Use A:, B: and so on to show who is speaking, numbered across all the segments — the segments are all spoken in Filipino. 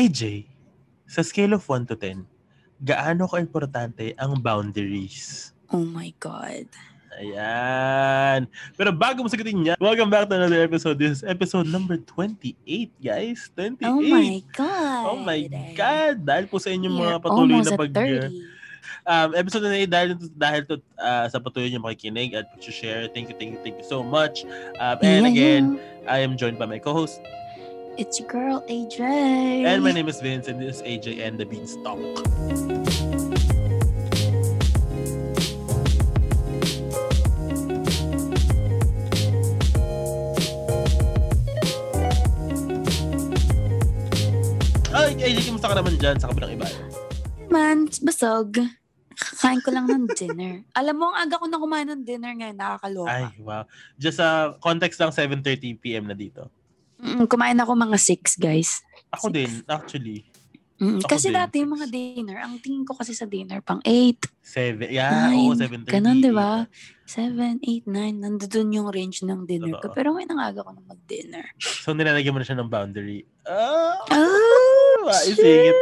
A: AJ, sa scale of 1 to 10, gaano ka-importante ang boundaries?
B: Oh my God.
A: Ayan. Pero bago mo sagutin yan, welcome back to another episode. This is episode number 28, guys. 28.
B: Oh my God.
A: Oh my God. Dahil po sa inyong mga
B: You're
A: patuloy
B: almost
A: na
B: at
A: pag... uh,
B: 30.
A: um, episode na yun, dahil, dahil to, ah, sa patuloy niyo makikinig at share. Thank you, thank you, thank you so much. Um, and
B: Yeah,
A: again,
B: yeah.
A: I am joined by my co-host.
B: It's your girl, AJ.
A: And my name is Vince and this is AJ and the Beanstalk. Ay, AJ, kumusta ka naman dyan sa kabilang iba?
B: Man, basog. Kakain ko lang ng dinner. Alam mo, ang aga ko na kumain ng dinner ngayon. Nakakaloka.
A: Ay, wow. Just sa context lang, 7.30pm na dito.
B: Mm, kumain ako mga 6, guys.
A: Ako
B: Six.
A: din, actually.
B: Mm,
A: Ako
B: kasi
A: din,
B: dati yung mga dinner, ang tingin ko kasi sa dinner, pang 8,
A: Seven, ah. yeah, Ah, oo,
B: Nine.
A: 7.30.
B: Ganun, di ba? 7, 8, 9, nandoon yung range ng dinner ko.
A: Totoo.
B: Pero ngayon ang aga ko na mag-dinner.
A: So, nilalagyan mo na siya ng boundary. Ah!
B: Oh!
A: Maisingit.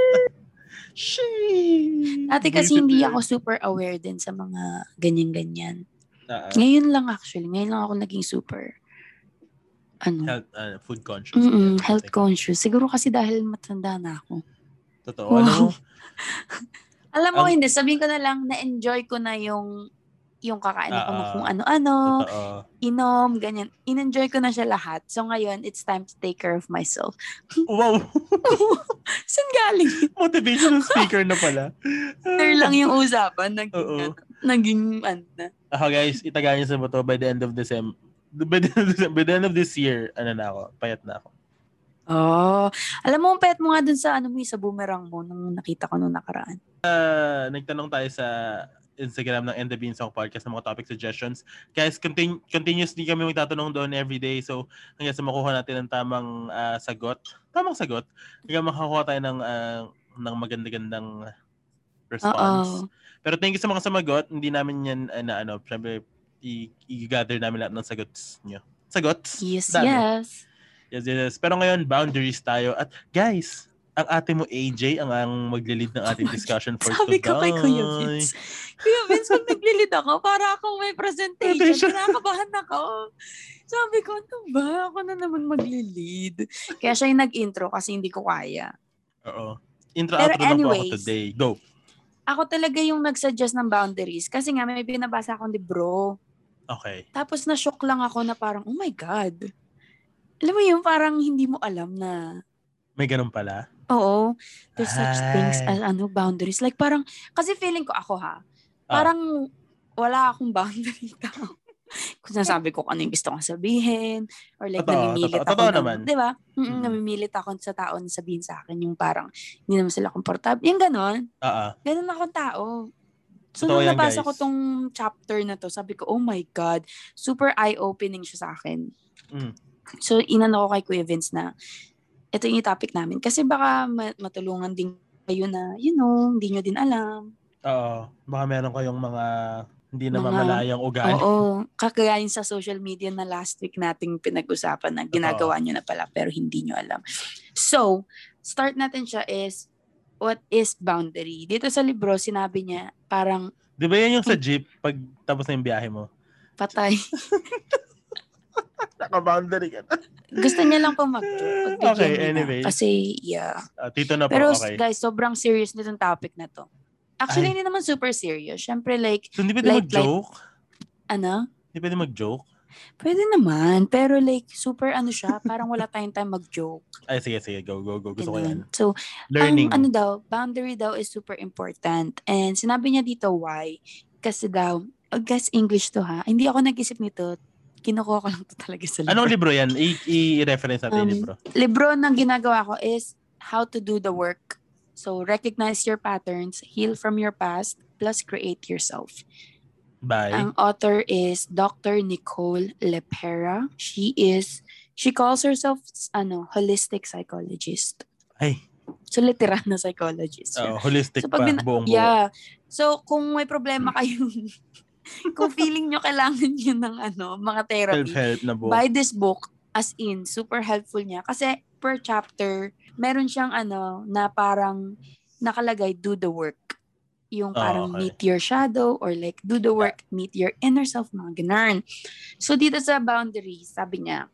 A: Shit!
B: Dati kasi hindi ako super aware din sa mga ganyan-ganyan.
A: Ah, ah.
B: Ngayon lang actually. Ngayon lang ako naging super ano,
A: health, ah, food conscious.
B: mm health
A: conscious.
B: conscious. Siguro kasi dahil matanda na ako.
A: Totoo. ano?
B: Wow.
A: Alam mo,
B: Alam mo,
A: Ang-
B: hindi. Sabihin ko na lang, na-enjoy ko na yung yung kakain ko na
A: Ah,
B: kung ano-ano,
A: totoo.
B: inom, ganyan. In-enjoy ko na siya lahat. So ngayon, it's time to take care of myself.
A: Wow!
B: Saan galing?
A: Motivational speaker na pala.
B: There lang yung usapan. Naging,
A: Oo.
B: ano, naging ano na.
A: Ako guys, itagayin sa mo to by the end of December. By the, end of December- by the end of this year, ano na ako, payat na ako.
B: Oh, alam mo, ang payat mo nga dun sa ano mo, sa boomerang mo nung nakita ko nung nakaraan.
A: Ah, nagtanong tayo sa Instagram ng And the Beans Song Podcast ng mga topic suggestions. Guys, continu- continuously kami magtatanong doon every day. So, hanggang sa makuha natin ang tamang ah, sagot. Tamang sagot. Hanggang makakuha tayo ng, ah, ng maganda-gandang
B: Oh,
A: response.
B: Oo.
A: Pero thank you sa mga sumagot. Hindi namin yan, ah, na ano, syempre, i- i-gather namin lahat ng sagots nyo. Sagots?
B: Yes,
A: Dami.
B: yes.
A: Yes, yes, yes. Pero ngayon, boundaries tayo. At guys, ang ate mo AJ ang ang magle-lead ng ating
B: Oh my
A: discussion for
B: Sabi
A: today.
B: ko kay Kuya Vince. Kuya Vince, pag naglilid ako, para akong may presentation.
A: Presentation.
B: Kinakabahan ako. Sabi ko, ano ba? Ako na naman maglilid. Kaya siya yung nag-intro kasi hindi ko kaya.
A: Oo. Intro
B: Pero
A: outro lang po ako
B: anyways,
A: today. Go.
B: Ako talaga yung nag-suggest ng boundaries kasi nga may binabasa akong libro.
A: Okay.
B: Tapos na-shock lang ako na parang, oh my God. Alam mo yung parang hindi mo alam na,
A: May ganun pala.
B: oo, there's such
A: Ay.
B: things as ano, boundaries. Like parang, kasi feeling ko ako
A: Ah.
B: ha, parang wala akong boundary tao. Kung sinasabi ko kung ano yung gusto kong sabihin, or like
A: Totoo, totoo,
B: namimilit ako.
A: totoo
B: ng-
A: naman.
B: Di ba? Mm-mm,
A: Mm.
B: Namimilit ako sa tao na sabihin sa akin yung parang hindi naman sila komportable. Yung ganon.
A: Oo.
B: Ganun akong tao. So,
A: Totoo
B: nung
A: yan,
B: nabasa
A: guys.
B: ko tong chapter na to, sabi ko, oh my God, super eye-opening siya sa akin.
A: Mm.
B: So, inano ko kay Kuya Vince na, ito yung topic namin. Kasi baka ma- matulungan din kayo na, you know, hindi nyo din alam.
A: Oo. Baka meron kayong mga hindi na
B: Mga-
A: mamalayang ugali.
B: Oo, kagayahin sa social media na last week nating pinag-usapan na ginagawa nyo na pala pero hindi nyo alam. So, start natin siya is, what is boundary? Dito sa libro, sinabi niya, parang
A: Di ba yan yung sa jeep pag tapos na yung biyahe mo?
B: patay.
A: Naka-boundary ka.
B: Gusto niya lang pang mag-joke. Pag
A: Okay,
B: bigyan mo na.
A: anyways.
B: Kasi, yeah.
A: Ah, tito na po.
B: Pero
A: okay.
B: guys, sobrang serious nitong topic na to.
A: Ay.
B: Actually, hindi naman super serious. Siyempre, like,
A: So, hindi pwede
B: light, light.
A: mag-joke?
B: ano,
A: Hindi pwede mag-joke?
B: pwede naman. Pero like, super ano siya, parang wala tayong time mag-joke.
A: Ay, sige, sige. Go, go, go. Gusto ko
B: Ganun.
A: yan.
B: So,
A: Learning.
B: Ang ano daw, boundary daw is super important. And sinabi niya dito why. Kasi daw, I guess English to ha. Hindi ako nag-isip nito. Kinukuha ko lang to talaga sa libro.
A: Anong libro yan? I- i-reference natin yung
B: Um,
A: libro.
B: libro na ginagawa ko is How to Do the Work. So, recognize your patterns, heal from your past, plus create yourself.
A: Bye.
B: Ang author is Dr. Nicole Lepera. She is, she calls herself, ano, holistic psychologist.
A: Ay,
B: So, literal na psychologist. siya.
A: oo, holistic
B: So,
A: pa.
B: pag bin-
A: buong Oh, buo.
B: Yeah. So, kung may problema kayo, kung feeling nyo kailangan nyo ng ano, mga therapy,
A: Self-help na buo.
B: buy this book as in, super helpful niya. Kasi, per chapter, meron siyang ano, na parang nakalagay, do the work. Yung
A: Ah,
B: parang
A: okay.
B: meet your shadow or like do the work, meet your inner self, mga ganun. So dito sa boundary, sabi niya,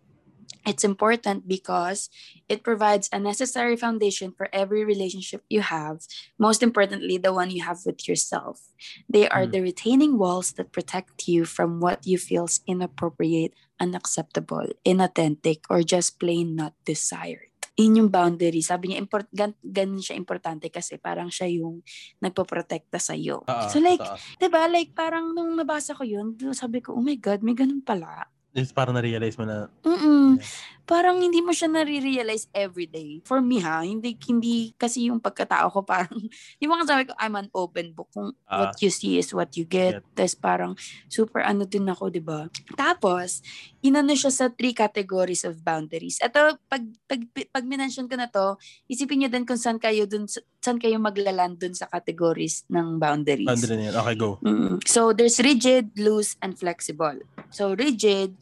B: it's important because it provides a necessary foundation for every relationship you have, most importantly, the one you have with yourself. They are
A: Mm.
B: the retaining walls that protect you from what you feel is inappropriate, unacceptable, inauthentic, or just plain not desired. In yung boundary, sabi niya, import, gan, ganun siya importante kasi parang siya yung nagpoprotekta sa'yo.
A: Oo,
B: so like,
A: Ah, totoo.
B: 'di ba like parang nung nabasa ko yun, sabi ko, oh my God, may ganun pala.
A: It's parang na-realize mo na,
B: Mm-mm.
A: Yeah.
B: Parang hindi mo siya nare-realize every day. For me ha, hindi, hindi kasi yung pagkatao ko parang, di ba sabi ko, I'm an open book. Kung
A: Ah.
B: what you see is what you get. Tapos parang super ano din ako, di ba? Tapos, inano siya sa three categories of boundaries. Ito, pag, pag, pag minention ko na to, isipin niyo din kung saan kayo, dun, saan kayo maglaland dun sa categories ng boundaries.
A: ano din yan. Okay, go.
B: Mm. So there's rigid, loose, and flexible. So rigid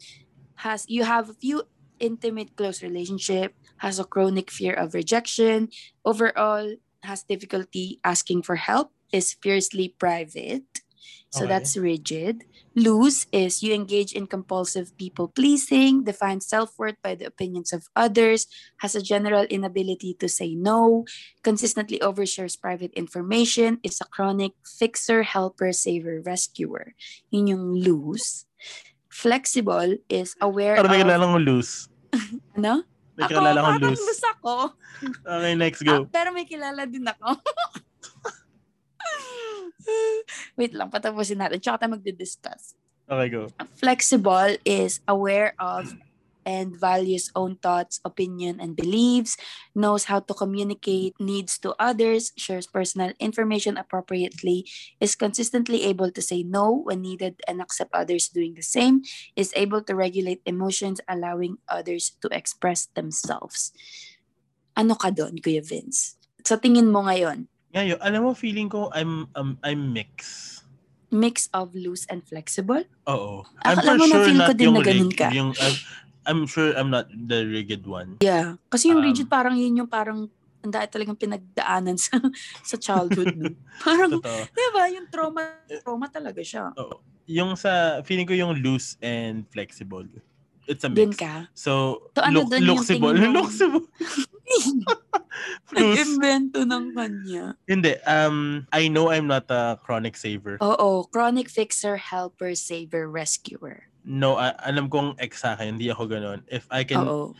B: has you have a few intimate close relationship, has a chronic fear of rejection, overall has difficulty asking for help, is fiercely private. So
A: Okay.
B: that's rigid. Loose is you engage in compulsive people pleasing, define self worth by the opinions of others, has a general inability to say no, consistently overshares private information, is a chronic fixer, helper, saver, rescuer. Yun yung loose. Flexible is aware
A: Parang may
B: of...
A: kilala kong loose.
B: Ano?
A: May kilala
B: ako,
A: kong
B: parang
A: loose.
B: loose ako.
A: Okay, next,
B: Ah,
A: go.
B: pero may kilala din ako. Wait lang, patapusin natin. Tsaka tayo magdi-discuss.
A: Okay, go.
B: flexible is aware of and values own thoughts, opinion, and beliefs, knows how to communicate needs to others, shares personal information appropriately, is consistently able to say no when needed and accept others doing the same, is able to regulate emotions, allowing others to express themselves. Ano ka doon, Kuya Vince? Sa tingin mo ngayon,
A: Ngayon, alam mo, feeling ko I'm um, I'm mix.
B: mix of loose and flexible?
A: Oo.
B: Akala Ah, mo na feel ko din na ganun ka.
A: Yung, I'm, I'm sure I'm not the rigid one.
B: Yeah. Kasi yung
A: Um,
B: rigid parang yun yung parang ang dahil talagang pinagdaanan sa sa childhood. no? parang,
A: Totoo.
B: di ba, yung trauma, trauma talaga siya.
A: Oo. Yung sa, feeling ko yung loose and flexible. It's a
B: Doon
A: mix.
B: ka.
A: So,
B: So, ano
A: look,
B: dun yung
A: looksable.
B: tingin mo?
A: Looksable. loose.
B: Nag-invento ng kanya.
A: Hindi. Um, I know I'm not a chronic saver.
B: Oo, chronic fixer, helper, saver, rescuer.
A: No, a- alam kong ex sa akin. Hindi ako ganun. If I can,
B: Oo.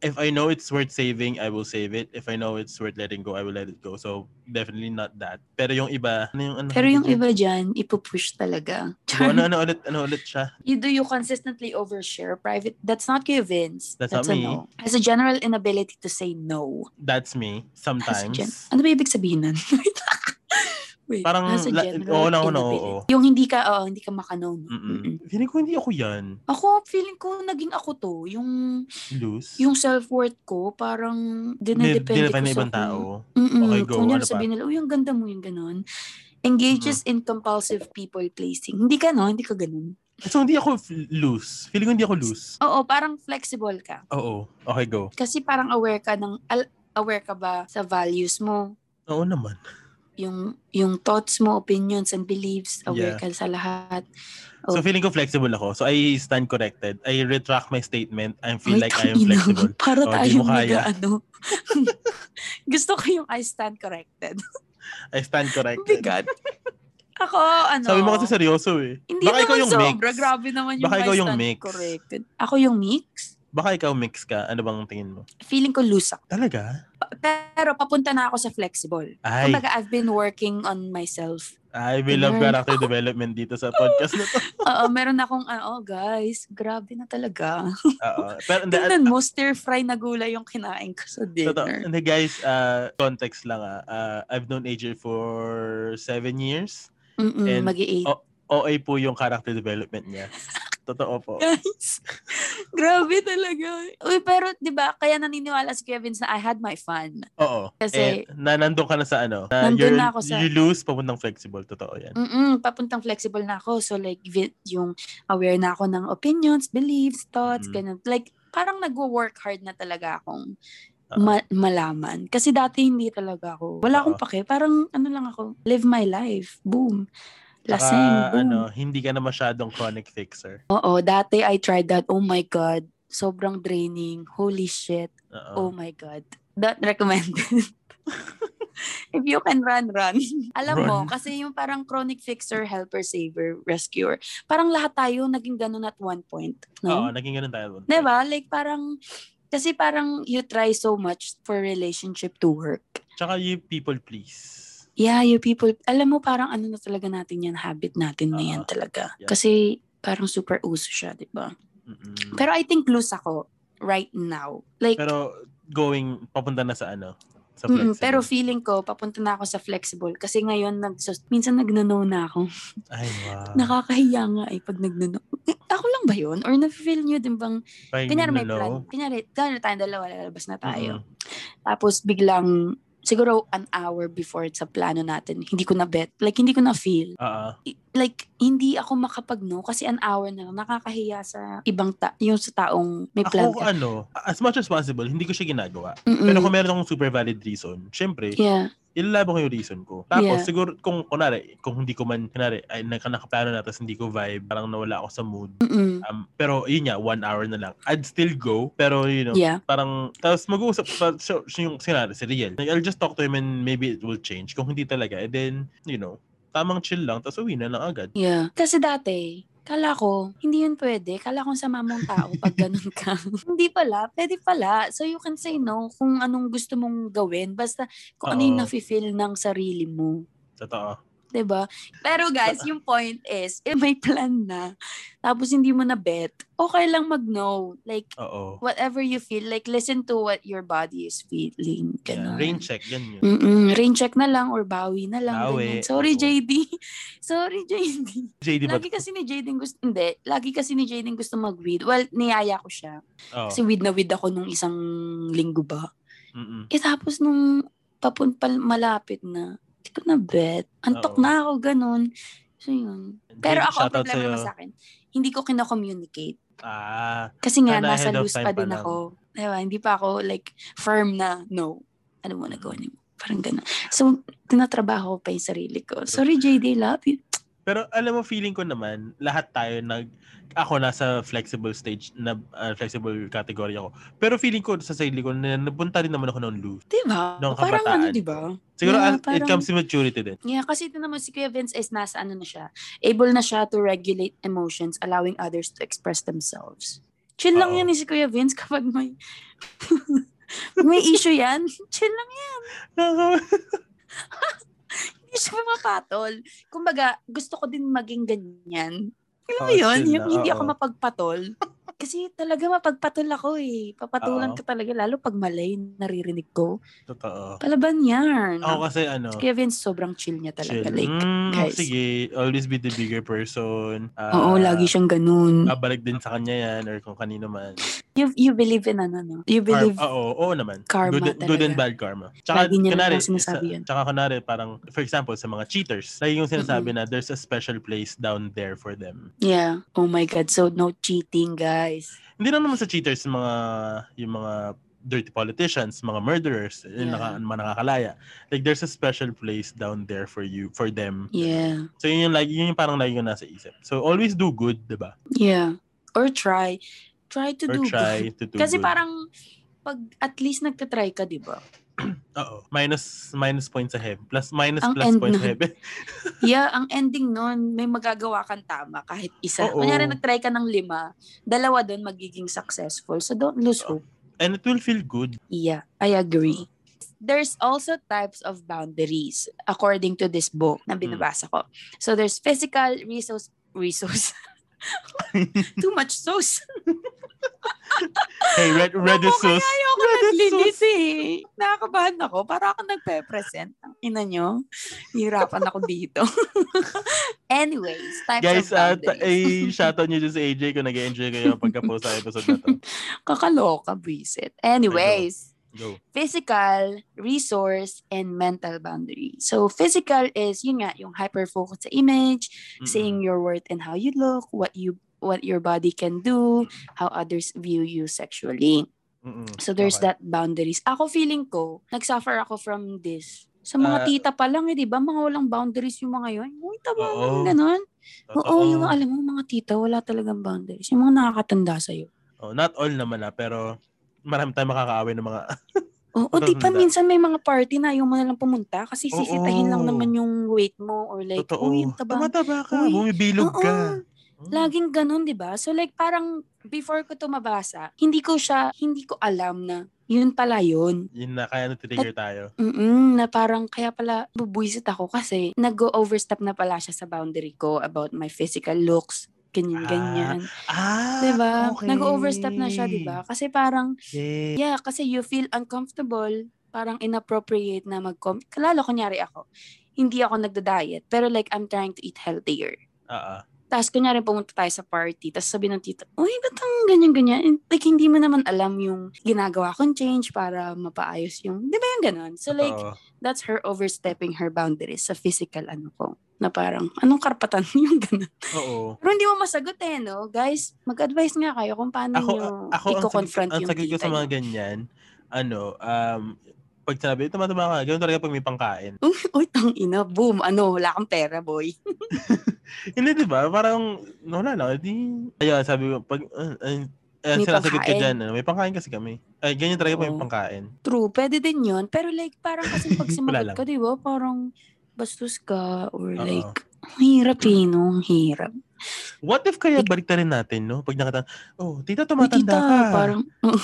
A: if I know it's worth saving, I will save it. If I know it's worth letting go, I will let it go. So, definitely not that. Pero yung iba, ano yung ano?
B: Pero yung iba dyan, ipupush talaga.
A: Go, ano, ano ulit, ano ulit siya?
B: Either you consistently overshare private, that's not Kuya Vince.
A: That's not
B: a
A: me.
B: no. Has a general inability to say no.
A: That's me,
B: Has a gen-
A: sometimes.
B: ano ba ibig sabihin nun? Wait,
A: Parang
B: has a
A: la-
B: general
A: oo na, oo na,
B: inability.
A: oo.
B: Yung hindi ka, oo, hindi ka makano. no? Mm-mm.
A: Mm-mm. Feeling ko hindi ako yan.
B: Ako, feeling ko, naging ako to. Yung,
A: Loose.
B: yung self-worth ko, parang
A: Dinadepende ng
B: dinadepende ko sa
A: ibang
B: kung-
A: tao.
B: Mm-mm.
A: Okay, go.
B: Kung
A: Ano
B: ano
A: pa?
B: sabihin nila, uy, ang ganda mo yung ganun. Engages in compulsive people pleasing. Hindi ka, no? Hindi ka ganun.
A: So, hindi ako f- loose. Feeling ko hindi ako loose.
B: Oo, parang flexible ka.
A: Oo. Okay, go.
B: Kasi parang aware ka ng, al- aware ka ba sa values mo,
A: Oo naman.
B: yung yung thoughts mo, opinions and beliefs, aware
A: Yeah.
B: ka sa lahat.
A: So,
B: Oh.
A: feeling ko flexible ako. So, I stand corrected. I retract my statement. I feel
B: Ay,
A: like I am
B: tangina.
A: flexible.
B: Para
A: Oh, di mo
B: tayong
A: kaya.
B: nag ano. Gusto ko yung I stand corrected.
A: I stand corrected.
B: Bigat. Ako, ano.
A: Sabi mo kasi seryoso eh.
B: hindi
A: baka
B: naman
A: ikaw yung
B: sobra.
A: mix.
B: Grabe naman yung
A: Baka
B: I
A: ikaw yung
B: stand
A: mix.
B: corrected. Ako yung mix?
A: Baka ikaw mix ka. Ano bang tingin mo?
B: Feeling ko loose ako.
A: Talaga?
B: Pa- Pero papunta na ako sa flexible.
A: Ay,
B: Kumbaga, I've been working on myself.
A: ay, we love
B: Ganun.
A: character development dito sa podcast na to.
B: Oo, meron akong, ah, oh guys, grabe na talaga.
A: Oo. Pero, hindi, ah,
B: Tingnan mo, stir fry na gulay yung kinain ko sa
A: Totoo.
B: dinner.
A: Hindi guys, uh, context lang ah. Uh, I've known AJ for seven years.
B: Mm-mm,
A: And-
B: mag-8.
A: Oh. OA po yung character development niya. Totoo po.
B: Guys, grabe talaga. Uy, pero 'di ba kaya naniniwala si Kevin na I had my fun.
A: Oo.
B: Kasi-
A: And na, nandun ka na sa ano. Na,
B: Nandun
A: you're-
B: na ako sa- Mm,
A: You lose, papuntang flexible. Totoo yan.
B: Mm-mm, papuntang flexible na ako. So like vi- yung aware na ako ng opinions, beliefs, thoughts,
A: Mhm.
B: ganun. Like parang nagwo-work hard na talaga akong ma- malaman. Kasi dati hindi talaga ako. Wala akong pake. Parang ano lang ako, live my life. Boom.
A: Saka,
B: Lasing. boom.
A: ano, hindi ka na masyadong chronic fixer.
B: Oo, dati I tried that. Oh my God. Sobrang draining. Holy shit. Oh
A: Oo.
B: my God. Not recommended. If you can run, run. Alam mo,
A: Run.
B: kasi yung parang chronic fixer, helper, saver, rescuer, parang lahat tayo naging ganun at one point.
A: Oo,
B: No?
A: naging ganun tayo. doon.
B: Diba? Like parang, kasi parang you try so much for relationship to work.
A: Tsaka yung people please.
B: Yeah, you people, alam mo parang ano na talaga natin yan, habit natin na yan
A: Oo.
B: talaga.
A: Ah, Yeah.
B: Kasi parang super uso siya, di ba?
A: Mm-mm.
B: Pero I think loose ako right now. Like,
A: Mm. Pero going, papunta na sa ano? Sa
B: mm,
A: flexible.
B: pero feeling ko, papunta na ako sa flexible. Kasi ngayon, nagsus- minsan nagnano na ako.
A: Ay, wow.
B: Nakakahiya nga eh pag nagnano. Eh, ako lang ba yun? Or na-feel nyo din bang,
A: Parang
B: kunyari may
A: minulo.
B: plan. Kunyari, kunyari tayong dalawa, lalabas na tayo.
A: Mm-mm.
B: Tapos biglang, siguro an hour before sa plano natin, hindi ko na bet. Like, hindi ko na feel.
A: Oo.
B: I- like hindi ako makapag no kasi an hour na nakakahiya sa ibang ta- yung sa taong may plan
A: Ako,
B: ka.
A: ano, as much as possible, hindi ko siya ginagawa.
B: Mm-mm.
A: Pero kung meron akong super valid reason, syempre,
B: yeah.
A: ilalaban ko yung reason ko. Tapos,
B: Yeah.
A: siguro, kung, kunwari, kung hindi ko man, kunwari, ay, naka, nakaplano na, tapos hindi ko vibe, parang nawala ako sa mood.
B: Mm-mm.
A: Um, pero, yun nga, one hour na lang. I'd still go, pero, you know,
B: Yeah.
A: parang, tapos mag-uusap, pa, so, so yung sinari, si Riel. Like, I'll just talk to him and maybe it will change. Kung hindi talaga, and then, you know, tamang chill lang, tapos uwi na lang agad.
B: Yeah. Kasi dati, kala ko, hindi yun pwede. Kala ko sama mong tao pag ganun ka. hindi pala, pwede pala. So you can say no kung anong gusto mong gawin. Basta kung ano yung
A: Oo.
B: nafe-feel ng sarili mo.
A: Totoo.
B: 'Di ba? Pero guys,
A: Diba?
B: yung point is, eh, may plan na. Tapos hindi mo na bet. Okay lang mag-no. Like,
A: Oo.
B: whatever you feel, like listen to what your body is feeling.
A: Yeah,
B: Ganun.
A: rain check, yan yun.
B: Mm-mm, rain check na lang or bawi na lang.
A: Bawi,
B: ganyan.
A: oo.
B: Sorry, JD. Sorry, JD.
A: JD ba?
B: Lagi kasi ni JD gusto, hindi, lagi kasi ni JD gusto mag-weed. Well, niyaya ko siya.
A: Oo.
B: Kasi weed na weed ako nung isang linggo ba.
A: Mm-mm.
B: Eh tapos nung papunpal malapit na, hindi ko na bet. Antok
A: Oo.
B: na ako, ganun. So yun. Pero
A: JD,
B: ako, ang
A: shoutout
B: problema
A: sa'yo.
B: naman sa akin, hindi ko kinakommunicate.
A: Ah,
B: Kasi nga,
A: Sana
B: nasa
A: ahead of
B: loose
A: time
B: pa
A: pa
B: din
A: lang.
B: ako. Diba? Hindi pa ako like firm na no. I don't wanna
A: Mm.
B: go anymore. Parang gano'n. So, tinatrabaho ko pa yung sarili ko. Sorry, JD, love you.
A: Pero alam mo, feeling ko naman, lahat tayo nag... Ako nasa flexible stage, na ah, flexible category ako. Pero feeling ko sa sarili ko, na, napunta rin naman ako ng loose.
B: Diba?
A: Nung
B: Parang
A: kabataan.
B: ano, diba?
A: Siguro
B: Yeah,
A: as- it
B: parang-
A: comes to maturity din.
B: Yeah, kasi ito naman si Kuya Vince is nasa ano na siya. Able na siya to regulate emotions, allowing others to express themselves. Chill lang
A: Oo.
B: yan eh si Kuya Vince kapag may... may issue yan. Chill lang. Hindi siya mapatol. Kumbaga, gusto ko din maging ganyan. Alam mo
A: Oo,
B: yun?
A: Oh, chill
B: Yung
A: na,
B: hindi ako
A: oo.
B: mapagpatol. Kasi talaga mapagpatol ako eh. Papatulan
A: Oo.
B: ka talaga. Lalo pag malay, naririnig ko.
A: Totoo.
B: Palaban yan.
A: Ako kasi ano,
B: Kaya Vince, sobrang chill niya talaga.
A: chill.
B: Like,
A: Mm,
B: guys.
A: Sige, always be the bigger person. Ah,
B: oo, lagi siyang ganun.
A: Babalik din sa kanya yan or kung kanino man.
B: You, you believe in ano, no? You
A: Karma.
B: believe,
A: Oo, oo naman.
B: Karma
A: good, good and
B: talaga.
A: bad karma. Tsaka,
B: Lagi niya lang
A: kunwari,
B: pang sinasabi
A: sa-
B: yun.
A: Tsaka kunwari, parang, for example, sa mga cheaters, lagi yung sinasabi na there's a special place down there for them.
B: yeah. Oh my God, so no cheating, guys.
A: Hindi lang naman sa cheaters, yung mga, yung mga dirty politicians, mga murderers, yung
B: Yeah.
A: naka, mga nakakalaya. Like, there's a special place down there for you, for them.
B: Yeah.
A: So, yun yung, lagi- yun yung parang lagi ko nasa isip. So, always do good, di ba?
B: Yeah. Or try. Try to
A: Or
B: do good.
A: try to do
B: Kasi
A: good.
B: parang, pag at least nagtatry ka, di ba?
A: Oo. Minus, minus points sa heaven. Plus, minus
B: Ang
A: plus
B: end
A: points
B: nun.
A: sa heaven.
B: Yeah, ang ending nun, may magagawa kang tama kahit isa.
A: Oo.
B: Kunyari, nag-try ka ng lima, dalawa dun magiging successful. So don't lose hope.
A: And it will feel good.
B: Yeah, I agree. There's also types of boundaries according to this book na binabasa ko. So there's physical, resource, resource. Too much sauce.
A: Hey, red, red is
B: Naku,
A: sus.
B: Kaya ako
A: Red is
B: naglilis eh. Nakakabahan ako. Para ako nagpe-present. Ang ina nyo. Hirapan ako dito. Anyways, types
A: Guys, ah,
B: of
A: at
B: boundaries.
A: ay shoutout niyo dyan sa AJ kung nag-enjoy kayo pagka-post sa episode na to.
B: Kakaloka, visit. Anyways,
A: Go.
B: physical, resource, and mental boundary. So, physical is, yun nga, yung hyper-focus sa image,
A: Mm-mm.
B: saying your worth and how you look, what you what your body can do, how others view you sexually.
A: Mm-mm.
B: So there's
A: Okay.
B: that boundaries. Ako feeling ko, nagsuffer ako from this. Sa mga
A: Ah.
B: tita pa lang eh, di ba? Mga walang boundaries yung mga yun. Uy, tama
A: Oo.
B: naman ganun. Oo,
A: Totoo.
B: yung mga- alam mo, mga tita, wala talagang boundaries. Yung mga nakakatanda sa'yo.
A: Oh, not all naman na, pero marami tayong makakaaway ng mga...
B: Oo,
A: Totoo
B: di ba
A: naman.
B: minsan may mga party na ayaw mo nalang pumunta kasi
A: Oo.
B: sisitahin lang naman yung weight mo or like,
A: Totoo.
B: uy, yung taba.
A: Tumataba ka.
B: Uy.
A: Bumibilog
B: Oo.
A: ka. Hmm.
B: Laging ganun, di ba? So like parang before ko to mabasa, hindi ko siya, hindi ko alam na yun pala yun.
A: Yun na, kaya natitrigger tayo.
B: mm na parang kaya pala bubuisit ako kasi nag-overstep na pala siya sa boundary ko about my physical looks, ganyan,
A: Ah,
B: ganyan.
A: Ah,
B: diba?
A: okay.
B: Nag-overstep na siya, diba? Kasi parang,
A: Yeah.
B: yeah, kasi you feel uncomfortable, parang inappropriate na mag-com... Lalo, kunyari ako, hindi ako nagda-diet, pero like, I'm trying to eat healthier.
A: Oo.
B: Tapos kunyari pumunta tayo sa party, tapos sabi ng tita, uy, ba't ang ganyan-ganyan? And, Like, hindi mo naman alam yung ginagawa kong change para mapaayos yung, di ba yung ganon? So like,
A: Totoo.
B: that's her overstepping her boundaries sa physical ano ko. Na parang, anong karapatan yung ganun?
A: Oo.
B: Pero hindi mo masagot eh, no? Guys, mag-advise nga kayo kung paano
A: Ako,
B: nyo
A: ako ang sagot,
B: i-confront
A: ang
B: yung
A: sagot ko
B: tita
A: sa mga
B: nyo.
A: ganyan, ano, um, pag sinabi, tumatama ka, ganun talaga pag may pangkain.
B: Uy, tang ina, boom, ano, wala kang pera, boy.
A: Hindi, di ba? Parang, wala lang, di, ayun, sabi ko, pag, uh, uh, uh,
B: May
A: sinasagot ka
B: pangkain.
A: dyan, ano, may pangkain kasi kami. Ay, ganyan talaga pag may
B: Oo.
A: pangkain.
B: True, pwede din yun. Pero like, parang kasi pag
A: Wala
B: sumagot
A: lang.
B: ka, di ba, parang bastos ka or
A: Oo.
B: like, ang hirap eh, no? Ang hirap.
A: What if kaya balik rin natin, no? Pag nakata, oh, tita,
B: Uy,
A: tumatanda
B: tita,
A: ka.
B: parang...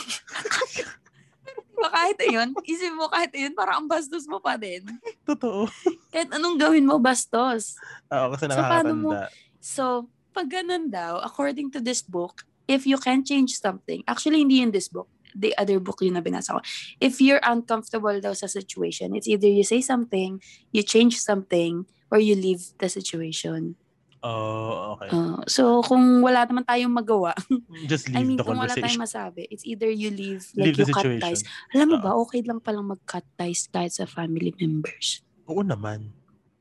B: Pero kahit yun, isip mo kahit yun, parang ang bastos mo pa din.
A: Totoo.
B: kahit anong gawin mo, bastos.
A: Oo, kasi
B: So, paano mo-
A: nakakatanda.
B: So, pag ganun daw, according to this book, if you can change something, actually hindi in this book, the other book yun na binasa ko. If you're uncomfortable daw sa situation, it's either you say something, you change something, or you leave the situation.
A: Oh, okay.
B: Uh, so, kung wala naman tayong magawa,
A: Just leave
B: I mean,
A: the
B: kung wala tayong
A: conversation.
B: masabi, it's either you leave, like
A: Leave the
B: you cut
A: situation.
B: ties. Alam mo
A: Oo.
B: ba, okay lang palang mag-cut ties kahit sa family members.
A: Oo naman.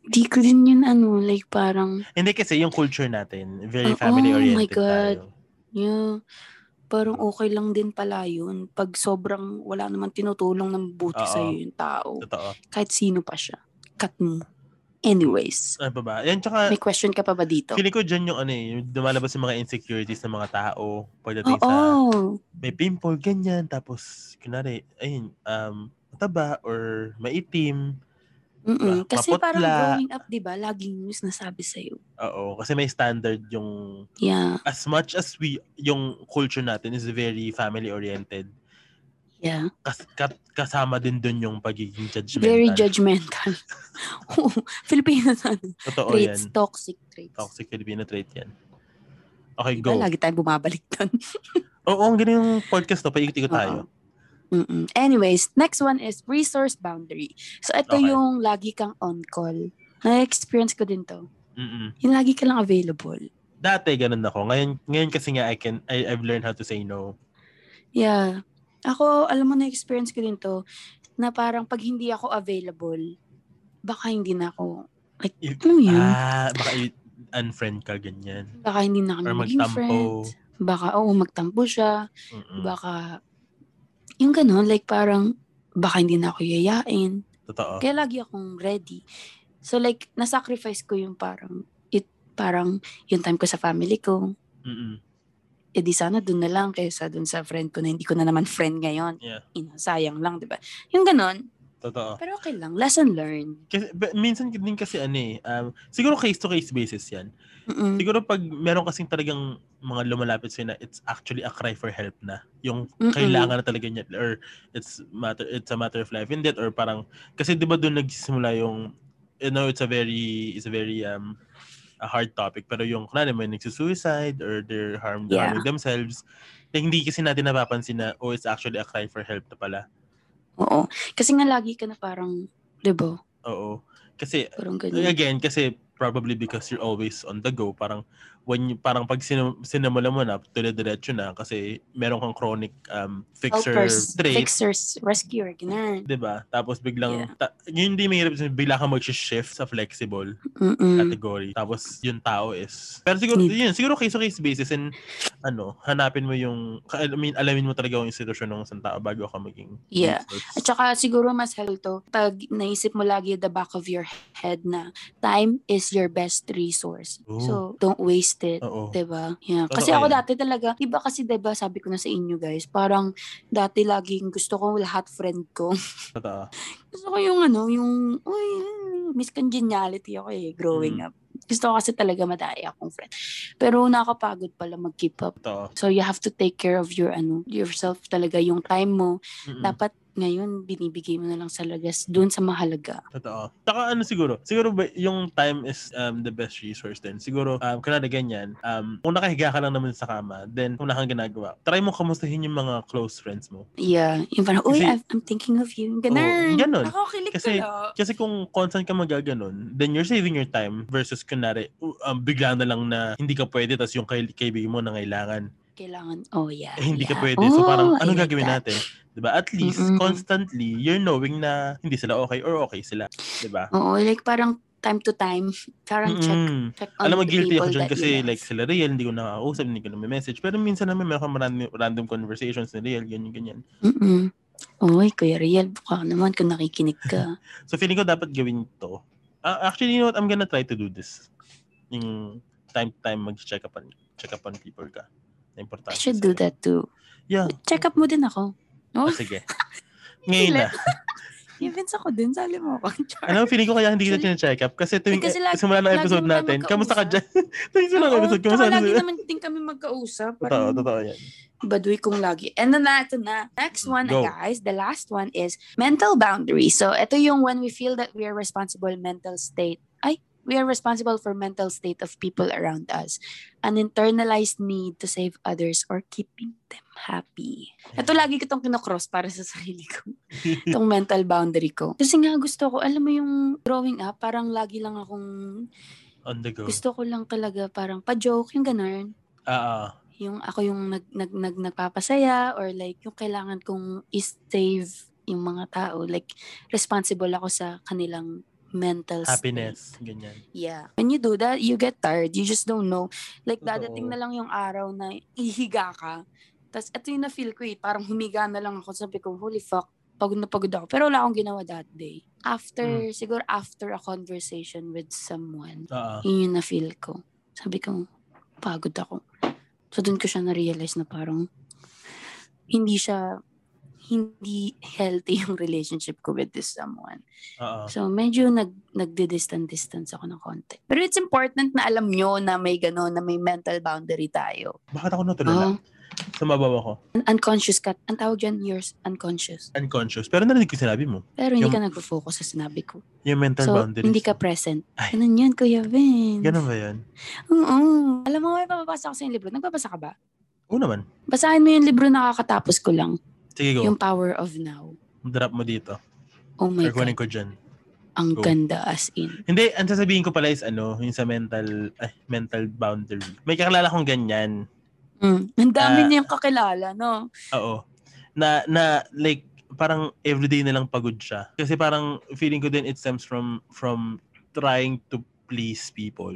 B: Di ko din yun ano, like parang,
A: Hindi kasi yung culture natin, very
B: Oo,
A: family-oriented
B: Ah, oh my God.
A: tayo.
B: Yeah. Parang okay lang din pala yun. Pag sobrang wala naman tinutulong ng buti
A: Oo.
B: sa'yo yung tao.
A: Totoo.
B: Kahit sino pa siya. Cut mo. Anyways.
A: Ano pa ba? Yan, tsaka,
B: May question ka pa ba dito?
A: feeling ko dyan yung ano eh, yung dumalabas yung mga insecurities ng mga tao pagdating
B: Oo.
A: sa may pimple, ganyan, tapos, kunwari, ayun, um, mataba or maitim.
B: Mm-mm.
A: Diba?
B: Kasi parang
A: Maputla.
B: growing up, di ba? Laging news nasabi sa'yo.
A: Oo, kasi may standard yung
B: Yeah.
A: as much as we yung culture natin is very family oriented
B: Yeah.
A: kas, ka- kasama din dun yung pagiging judgmental
B: Very judgmental. Oo. Filipino na ano,
A: totoo yan
B: traits. Toxic traits.
A: toxic Filipino trait yan okay
B: Diba?
A: go
B: Lagi tayong bumabalik doon.
A: oo ang ganyan yung podcast to paikot-ikot tayo
B: Oo. Mm-mm. Anyways, next one is resource boundary. So, ito
A: Okay.
B: yung lagi kang on-call. Na-experience ko din to.
A: mm
B: Yung lagi ka lang available.
A: dati ganun ako ngayon ngayon kasi nga I can I, I've learned how to say no
B: Yeah. Ako, alam mo, na-experience ko din to na parang pag hindi ako available, baka hindi na ako, like,
A: You-
B: alam mo yun?
A: ah baka i- unfriend ka ganyan
B: Baka hindi na kami
A: or
B: maging
A: magtampo Mm.
B: friends. Baka, oo, magtampo siya.
A: Mm-mm.
B: Baka, yung ganun, like, parang, baka hindi na ako yayain.
A: totoo
B: Kaya lagi akong ready. So like, nasacrifice ko yung parang, it, parang yung time ko sa family ko.
A: Mm-mm.
B: E di sana dun na lang kaysa dun sa friend ko na hindi ko na naman friend ngayon.
A: Yeah.
B: Ina, sayang lang, di ba? Yung ganon.
A: totoo
B: Pero okay lang. Lesson learned.
A: kasi, but minsan din kasi ano eh, um, siguro case to case basis yan
B: Mm-mm.
A: Siguro pag meron kasing talagang mga lumalapit sa'yo na it's actually a cry for help na. Yung
B: Mm-mm.
A: kailangan na talaga niya or it's matter it's a matter of life and death or parang kasi 'di ba doon nagsisimula yung you know it's a very it's a very um a hard topic pero yung kunwari may nagsusuicide or they're harm
B: Yeah.
A: harming themselves na hindi kasi natin napapansin na oh it's actually a cry for help na pala.
B: Oo. Kasi nga lagi ka na parang, di ba?
A: Oo. Kasi
B: Parang ganun.
A: again kasi probably because you're always on the go. Parang when you, parang pag sinu- sinimula mo na, tuloy-diretso na kasi meron kang chronic um, fixer
B: Helpers,
A: trait.
B: fixers, rescuer, ganun.
A: 'di ba? Tapos biglang
B: Yeah.
A: ta- yun din may hirap sabihin, bigla ka mag-shift sa flexible
B: Mm-mm.
A: category. Tapos yung tao is pero siguro
B: Yeah.
A: yun, siguro case to case basis and ano, hanapin mo yung I mean, alamin mo talaga yung sitwasyon ng isang tao bago ka maging
B: Yeah. At
A: resource.
B: saka siguro mas helpful to pag naisip mo lagi at the back of your head na time is your best resource.
A: Ooh.
B: So, don't waste it.
A: Oo.
B: 'di ba? Yeah.
A: Totoo
B: Kasi ako
A: yan.
B: dati talaga, 'di ba kasi 'di ba sabi ko na sa inyo guys, parang dati laging gusto ko lahat friend ko.
A: Totoo.
B: gusto ko yung ano, yung uy, miss congeniality ako eh growing
A: Mm.
B: up. Gusto ko kasi talaga madaya akong friend. Pero nakakapagod pala mag-keep up.
A: Totoo.
B: So you have to take care of your ano, yourself talaga yung time mo.
A: Mm-mm.
B: Dapat ngayon binibigay mo na lang sa lagas doon sa mahalaga.
A: Totoo. Taka ano siguro, siguro ba yung time is um, the best resource din. Siguro, um, kunwari ganyan, um, kung nakahiga ka lang naman sa kama, then kung wala kang ginagawa, try mo kamustahin yung mga close friends mo.
B: Yeah. Yung parang, uy,
A: Kasi-
B: I've- I'm thinking of you. Ganun.
A: Oo, ganun.
B: Ako, kilig
A: Kasi-
B: tulo.
A: Kasi kung constant ka magaganon, then you're saving your time versus kunwari, u- um, bigla na lang na hindi ka pwede tas yung kay- kaibigan mo nangailangan.
B: Kailangan, oh yeah.
A: Eh, hindi ka
B: yeah.
A: pwede. So
B: Oh,
A: parang,
B: I
A: anong
B: like
A: gagawin
B: that.
A: natin? 'Di ba At least,
B: Mm-mm.
A: constantly, you're knowing na hindi sila okay or okay sila. 'Di ba
B: Oo, like parang time to time, parang check,
A: Mm-mm.
B: check on
A: Alam mo,
B: the
A: guilty
B: people
A: ako dyan
B: that
A: kasi
B: you love.
A: like sila Riel, hindi ko nakakausap, hindi ko na message. Pero minsan naman meron kang random, random conversations ni Riel, ganyan, ganyan.
B: Mm-mm. Uy, Kuya Riel, baka naman kung nakikinig ka.
A: So feeling ko dapat gawin to. Ah, actually, you know what? I'm gonna try to do this. Yung time to time mag-check up on, check up on people ka. Na
B: I
A: importante.
B: should
A: sa'yo.
B: do that too.
A: Yeah.
B: Check up mo din ako.
A: Ah,
B: Oh,
A: sige. Ngayon na.
B: events ako din, sali mo ako. Char.
A: Alam mo, feeling ko kaya hindi kita
B: Actually-
A: check up. Kasi tuwing,
B: Eh, kasi
A: eh,
B: lag-
A: simula ng
B: lagi
A: episode
B: mo tayo
A: natin, kamusta ka
B: magkausap.
A: dyan? tuwing simula ng
B: Oo,
A: episode,
B: tsaka
A: kamusta ka
B: lagi
A: dyan?
B: naman din kami magkausap.
A: Totoo,
B: Parang
A: totoo yan.
B: baduy kong lagi. And then na, ito na. Next one,
A: Go.
B: guys. The last one is mental boundaries. So, ito yung when we feel that we are responsible mental state. Ay, we are responsible for mental state of people around us. An internalized need to save others or keeping them happy. Ito
A: Mm.
B: lagi ko itong kinocross para sa sarili ko. Itong mental boundary ko. Kasi nga gusto ko, alam mo yung growing up, parang lagi lang akong,
A: On the go.
B: gusto ko lang talaga parang pa-joke, yung ganun
A: Ah, ah.
B: yung ako yung nag, nag, nag nagpapasaya or like yung kailangan kong i-save yung mga tao like responsible ako sa kanilang mental state.
A: happiness. Ganyan.
B: Yeah. When you do that, you get tired. You just don't know. Like
A: Totoo.
B: dadating na lang yung araw na ihiga ka. Tapos ito yung na-feel ko eh. Parang humiga na lang ako. Sabi ko, holy fuck, pagod na pagod ako. Pero wala akong ginawa that day.
A: Mm.
B: After, siguro after a conversation with someone,
A: Ah, ah.
B: yun yung na-feel ko. Sabi ko, pagod ako. So, doon ko siya na-realize na parang hindi siya, hindi healthy yung relationship ko with this someone.
A: Ah, ah.
B: So, medyo nag, nagdi-distance-distance ako ng konti. Pero it's important na alam nyo na may gano'n, na may mental boundary tayo.
A: Bakit ako natulala?
B: Oh,
A: Sumabaw ako.
B: un- unconscious ka. Ang tawag dyan, yours, unconscious.
A: Unconscious. Pero narinig ko yung sinabi mo.
B: Pero hindi
A: Yung-
B: ka nag-focus sa sinabi ko.
A: Yung mental
B: So,
A: boundaries.
B: hindi ka present.
A: Ay.
B: Ganun yun, Kuya Vince.
A: Ganun ba yun?
B: Oo. Alam mo, may papabasa ako sa libro. Nagbabasa ka ba?
A: Oo naman.
B: Basahin mo yung libro na kakatapos ko lang.
A: Sige, go.
B: Yung Power of Now.
A: Drop mo dito.
B: Oh my
A: Or kunin
B: God.
A: ko dyan.
B: Ang
A: Go.
B: ganda as in.
A: Hindi, ang sasabihin ko pala is ano, yung sa mental, ay, mental boundary. May kakilala kong ganyan.
B: Mm. Ang dami
A: Ah.
B: niyang kakilala, no?
A: Oo. Na, na, like, parang everyday na lang pagod siya. Kasi parang feeling ko din it stems from, from trying to please people.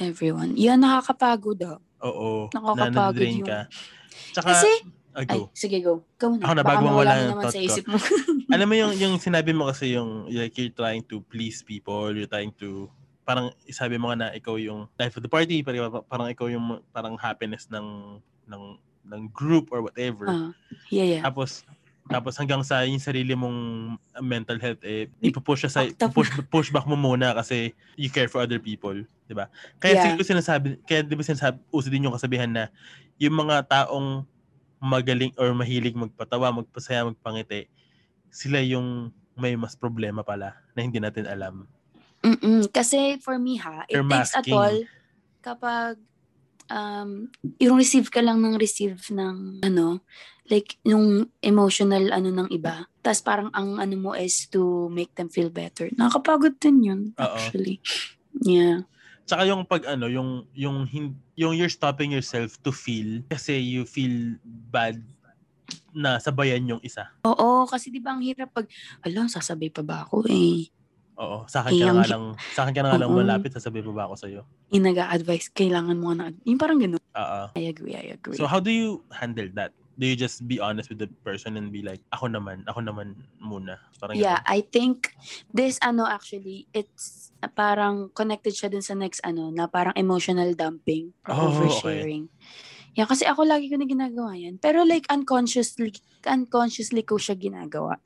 B: Everyone. Yan, nakakapagod, oh.
A: Oo.
B: Nakakapagod
A: na nadidrain
B: yun.
A: ka. Tsaka,
B: Kasi,
A: ah,
B: ay,
A: go.
B: sige, go. Go na.
A: Ako na,
B: Baka
A: bago
B: mawala
A: mawala yung
B: naman
A: thought
B: sa
A: ko.
B: isip mo.
A: alam mo yung yung sinabi mo kasi yung like you're trying to please people, you're trying to parang sabi mo nga na ikaw yung life of the party, parang, parang ikaw yung parang happiness ng ng ng group or whatever.
B: Ah, yeah, yeah.
A: Tapos tapos hanggang sa yung sarili mong mental health eh ipupush siya sa
B: Fucked up
A: push, push back mo muna kasi you care for other people, 'di ba? Kaya
B: Yeah.
A: siguro sinasabi, kaya 'di ba sinasabi uso din yung kasabihan na yung mga taong magaling or mahilig magpatawa, magpasaya, magpangiti, sila yung may mas problema pala na hindi natin alam.
B: Mm-mm. Kasi for me, ha, it
A: You're
B: takes
A: masking.
B: a toll kapag um, yung receive ka lang ng receive ng ano, like yung emotional ano ng iba. Tapos parang ang ano mo is to make them feel better. Nakakapagod din yun,
A: Oo.
B: actually. Yeah.
A: Tsaka yung pag ano, yung yung hin- yung you're stopping yourself to feel kasi you feel bad na sabayan yung isa.
B: Oo, kasi di ba ang hirap pag, alam, sasabay pa ba ako eh.
A: Oo, sa akin ka na
B: Ayun.
A: nga lang, sa akin ka na nga lang
B: Oo.
A: malapit, sasabihin pa ba ako sa'yo?
B: Yung nag-a-advise, kailangan mo na, yung parang ganun.
A: Oo.
B: I agree, I agree.
A: So how do you handle that? Do you just be honest with the person and be like, ako naman, ako naman muna? Parang
B: yeah,
A: ganun.
B: I think this ano actually, it's uh, parang connected siya dun sa next ano, na parang emotional dumping, or
A: Oh, okay.
B: oversharing. Yeah, kasi ako lagi ko na ginagawa yan. Pero like unconsciously, unconsciously ko siya ginagawa.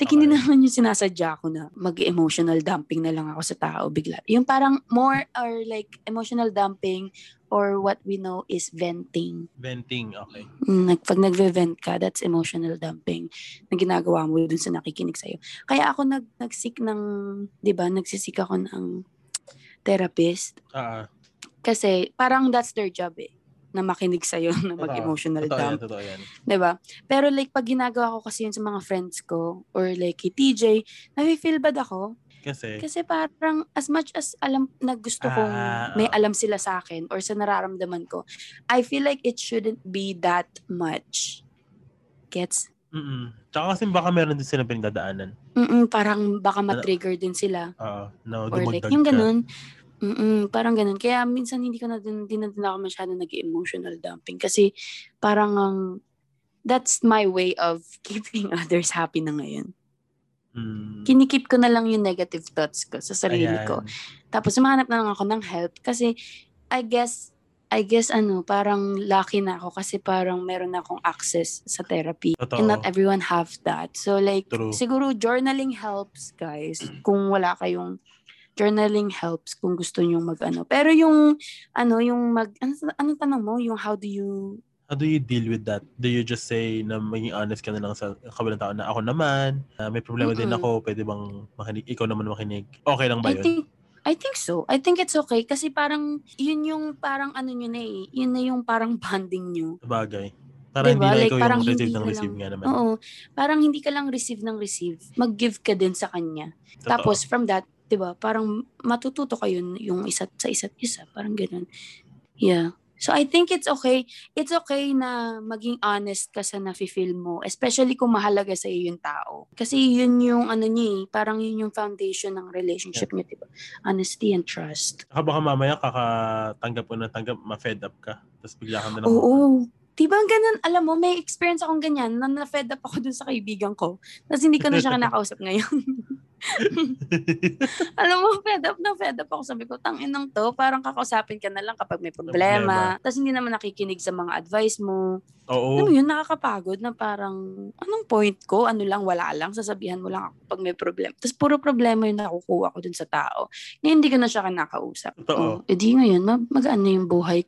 B: Like hindi
A: Okay.
B: naman yung sinasadya ko na mag-emotional dumping na lang ako sa tao bigla. Yung parang more or like emotional dumping or what we know is venting.
A: Venting, okay.
B: Mm, nag, pag nagve-vent ka, that's emotional dumping na ginagawa mo dun sa nakikinig sa'yo. Kaya ako nag, nag-seek ng, di ba, nagsisik ako ng therapist.
A: Ah, ah.
B: Kasi parang that's their job eh na makinig sa'yo, na
A: Totoo.
B: mag-emotional
A: totoo yan,
B: dump.
A: totoo yan.
B: 'di ba? Pero like pag ginagawa ko kasi yun sa mga friends ko or like kay TJ, nafe-feel bad ako
A: Kasi,
B: kasi parang as much as alam na gusto kong
A: Ah,
B: may
A: oo.
B: alam sila sa akin or sa nararamdaman ko, I feel like it shouldn't be that much. Gets?
A: mm Tsaka kasi baka meron din sila pinagdadaanan.
B: Mm parang baka matrigger din sila.
A: Oo, na
B: Or like,
A: dumagdag
B: yung
A: ka.
B: ganun. Mm parang ganun. Kaya minsan hindi ko na din, din, na din ako masyado nag-emotional dumping. Kasi parang ang, that's my way of keeping others happy na ngayon.
A: Mm,
B: Kinikip ko na lang yung negative thoughts ko sa sarili
A: ayan.
B: ko. Tapos sumahanap na lang ako ng help kasi I guess I guess ano, parang lucky na ako kasi parang meron na akong access sa therapy.
A: Totoo.
B: And not everyone have that. So like,
A: True.
B: siguro journaling helps guys kung wala kayong journaling helps kung gusto nyo mag-ano. Pero yung, ano, yung mag, ano, ano tanong mo? Yung how do you,
A: How do you deal with that? Do you just say na maging honest ka na lang sa kabilang tao na ako naman, na may problema din
B: Mm-mm.
A: ako, pwede bang makinig, ikaw naman makinig? Okay lang Ano ba
B: I
A: yun?
B: think, I think so. I think it's okay kasi parang, yun yung parang ano nyo na eh. Yun na yung parang bonding nyo.
A: Bagay. Para
B: Diba?
A: hindi na
B: Like,
A: ikaw
B: parang
A: yung receive
B: hindi
A: ng
B: ka
A: receive
B: lang-
A: nga naman.
B: Oo. Parang hindi ka lang receive ng receive. Mag-give ka din sa kanya.
A: Totoo.
B: Tapos from that, 'di ba? Parang matututo kayo n- yung isa't sa isa't isa, parang ganun. Yeah. So I think it's okay. It's okay na maging honest ka sa nafe-feel mo, especially kung mahalaga sa iyo yung tao. Kasi yun yung ano niya, eh, parang yun yung foundation ng relationship niyo, 'di ba? Honesty and trust.
A: Saka baka mamaya kakatanggap ko na tanggap, ma-fed up ka. Tapos bigla ka na lang.
B: Oo. Diba ang ganun, alam mo, may experience akong ganyan na na-fed up ako dun sa kaibigan ko. Tapos hindi ko na siya kinakausap ngayon. alam mo, fed up na fed up ako. Sabi ko, tangin ng to, parang kakausapin ka na lang kapag may problema. Tapos hindi naman nakikinig sa mga advice mo.
A: Oo.
B: Alam mo yun, nakakapagod na parang, anong point ko? Ano lang, wala lang, sasabihan mo lang ako pag may problema. Tapos puro problema yung nakukuha ko dun sa tao. Ngayon, hindi ko na siya kinakausap.
A: Totoo.
B: Oh, eh di ngayon, mag- mag-ano yung buhay.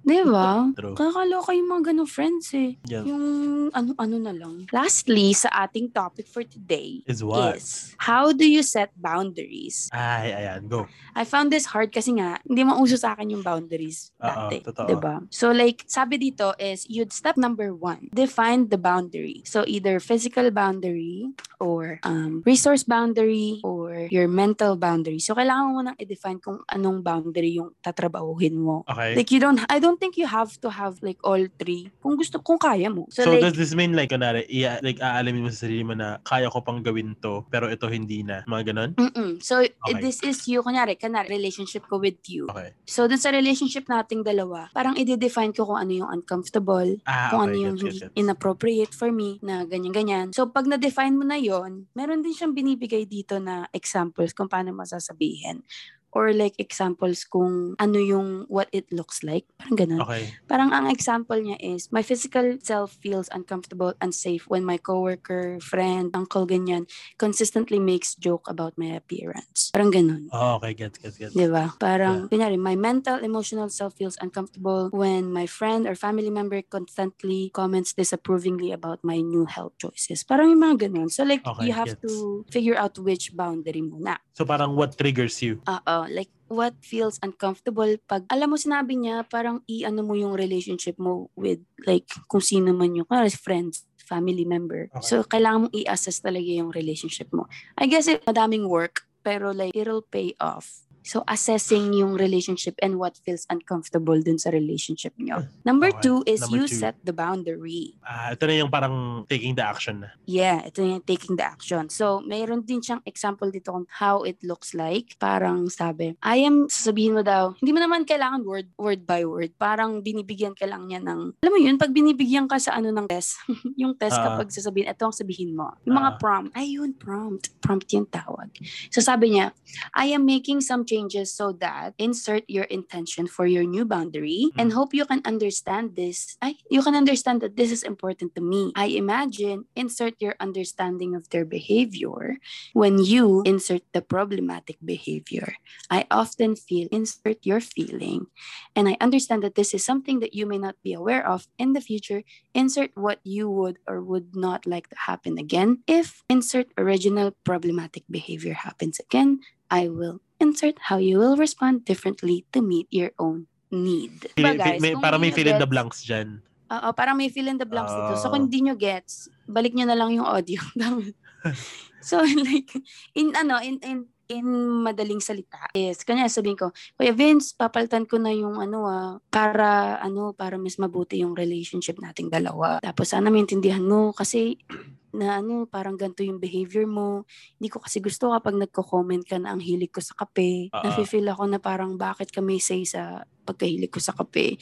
B: Di ba?
A: True.
B: Kakaloka yung mga ganong friends eh.
A: Yes.
B: Yung ano-ano na lang. Lastly, sa ating topic for today
A: Is what?
B: is how do you set boundaries?
A: Ay, ayan. Go.
B: I found this hard kasi nga, hindi mauso sa akin yung boundaries
A: Oo,
B: dati.
A: totoo.
B: 'di ba? So like, sabi dito is, you'd step number one, define the boundary. So either physical boundary or um, resource boundary or your mental boundary. So kailangan mo nang i-define kung anong boundary yung tatrabahuhin mo
A: Okay.
B: Like you don't I don't think you have to have like all three. Kung gusto kung kaya mo. So,
A: So,
B: like
A: does this mean like, kunwari, iya, like, aalamin mo sa sarili mo na kaya ko pang gawin to, pero ito hindi na. Mga ganon?
B: Mm-mm. So
A: Okay.
B: this is you kunyari kanari relationship ko with you.
A: Okay.
B: So dun sa relationship nating dalawa, parang i-define ko kung ano yung uncomfortable,
A: Ah,
B: kung ano
A: okay.
B: yung
A: Gets,
B: hindi
A: gets, gets.
B: inappropriate for me na ganyan-ganyan. So pag na-define mo na yon, meron din siyang binibigay dito na examples kung paano masasabihin or like examples kung ano yung what it looks like. Parang ganun.
A: Okay.
B: Parang ang example niya is, my physical self feels uncomfortable, unsafe when my coworker, friend, uncle, ganyan, consistently makes joke about my appearance. Parang ganun.
A: Oh, okay. Gets, gets, gets.
B: Di ba? Parang, kunyari, my mental, emotional self feels uncomfortable when my friend or family member constantly comments disapprovingly about my new health choices. Parang yung mga ganun. So like,
A: Okay,
B: you have
A: gets.
B: to figure out which boundary muna.
A: So, parang what triggers you?
B: Oo, like what feels uncomfortable pag alam mo sinabi niya parang i-ano mo yung relationship mo with like kung sino man yung kunwari, friends, family member.
A: Okay.
B: So kailangan mong i-assess talaga yung relationship mo. I guess it, madaming work pero like it'll pay off. So, assessing yung relationship and what feels uncomfortable dun sa relationship nyo. Number
A: Hmm. Okay.
B: two is
A: Number
B: you
A: two.
B: set the boundary.
A: Ah, ito na yung parang taking the action na.
B: Yeah, ito yung taking the action. So, mayroon din siyang example dito kung how it looks like. Parang sabi, I am, sasabihin mo daw, hindi mo naman kailangan word, word by word. Parang binibigyan ka lang niya ng, alam mo yun, pag binibigyan ka sa ano ng test, yung test
A: Ah.
B: kapag sasabihin, ito ang sabihin mo. Yung
A: Ah.
B: mga prompt, ay yun, prompt. Prompt yung tawag. So, sabi niya, I am making some changes so that insert your intention for your new boundary and
A: Mm.
B: hope you can understand this. I, you can understand that this is important to me. I imagine insert your understanding of their behavior when you insert the problematic behavior. I often feel insert your feeling and I understand that this is something that you may not be aware of in the future. Insert what you would or would not like to happen again. If insert original problematic behavior happens again, I will insert how you will respond differently to meet your own need. Diba,
A: Feel- feel- may,
B: Kung
A: parang
B: hindi
A: may
B: nyo
A: fill in the
B: gets-
A: blanks dyan.
B: Oo, parang may fill in the blanks dito.
A: Oh.
B: So, kung hindi nyo gets, balik nyo na lang yung audio. so, like, in ano, in, in, in madaling salita is, kanya sabihin ko, Kuya Vince, papaltan ko na yung ano ah, para ano, para mas mabuti yung relationship nating dalawa. Tapos sana maintindihan mo kasi na ano, parang ganito yung behavior mo. Hindi ko kasi gusto kapag nagko-comment ka na ang hilig ko sa kape.
A: Ah, ah.
B: Nafe-feel ako na parang bakit ka may say sa pagkahilig ko sa kape.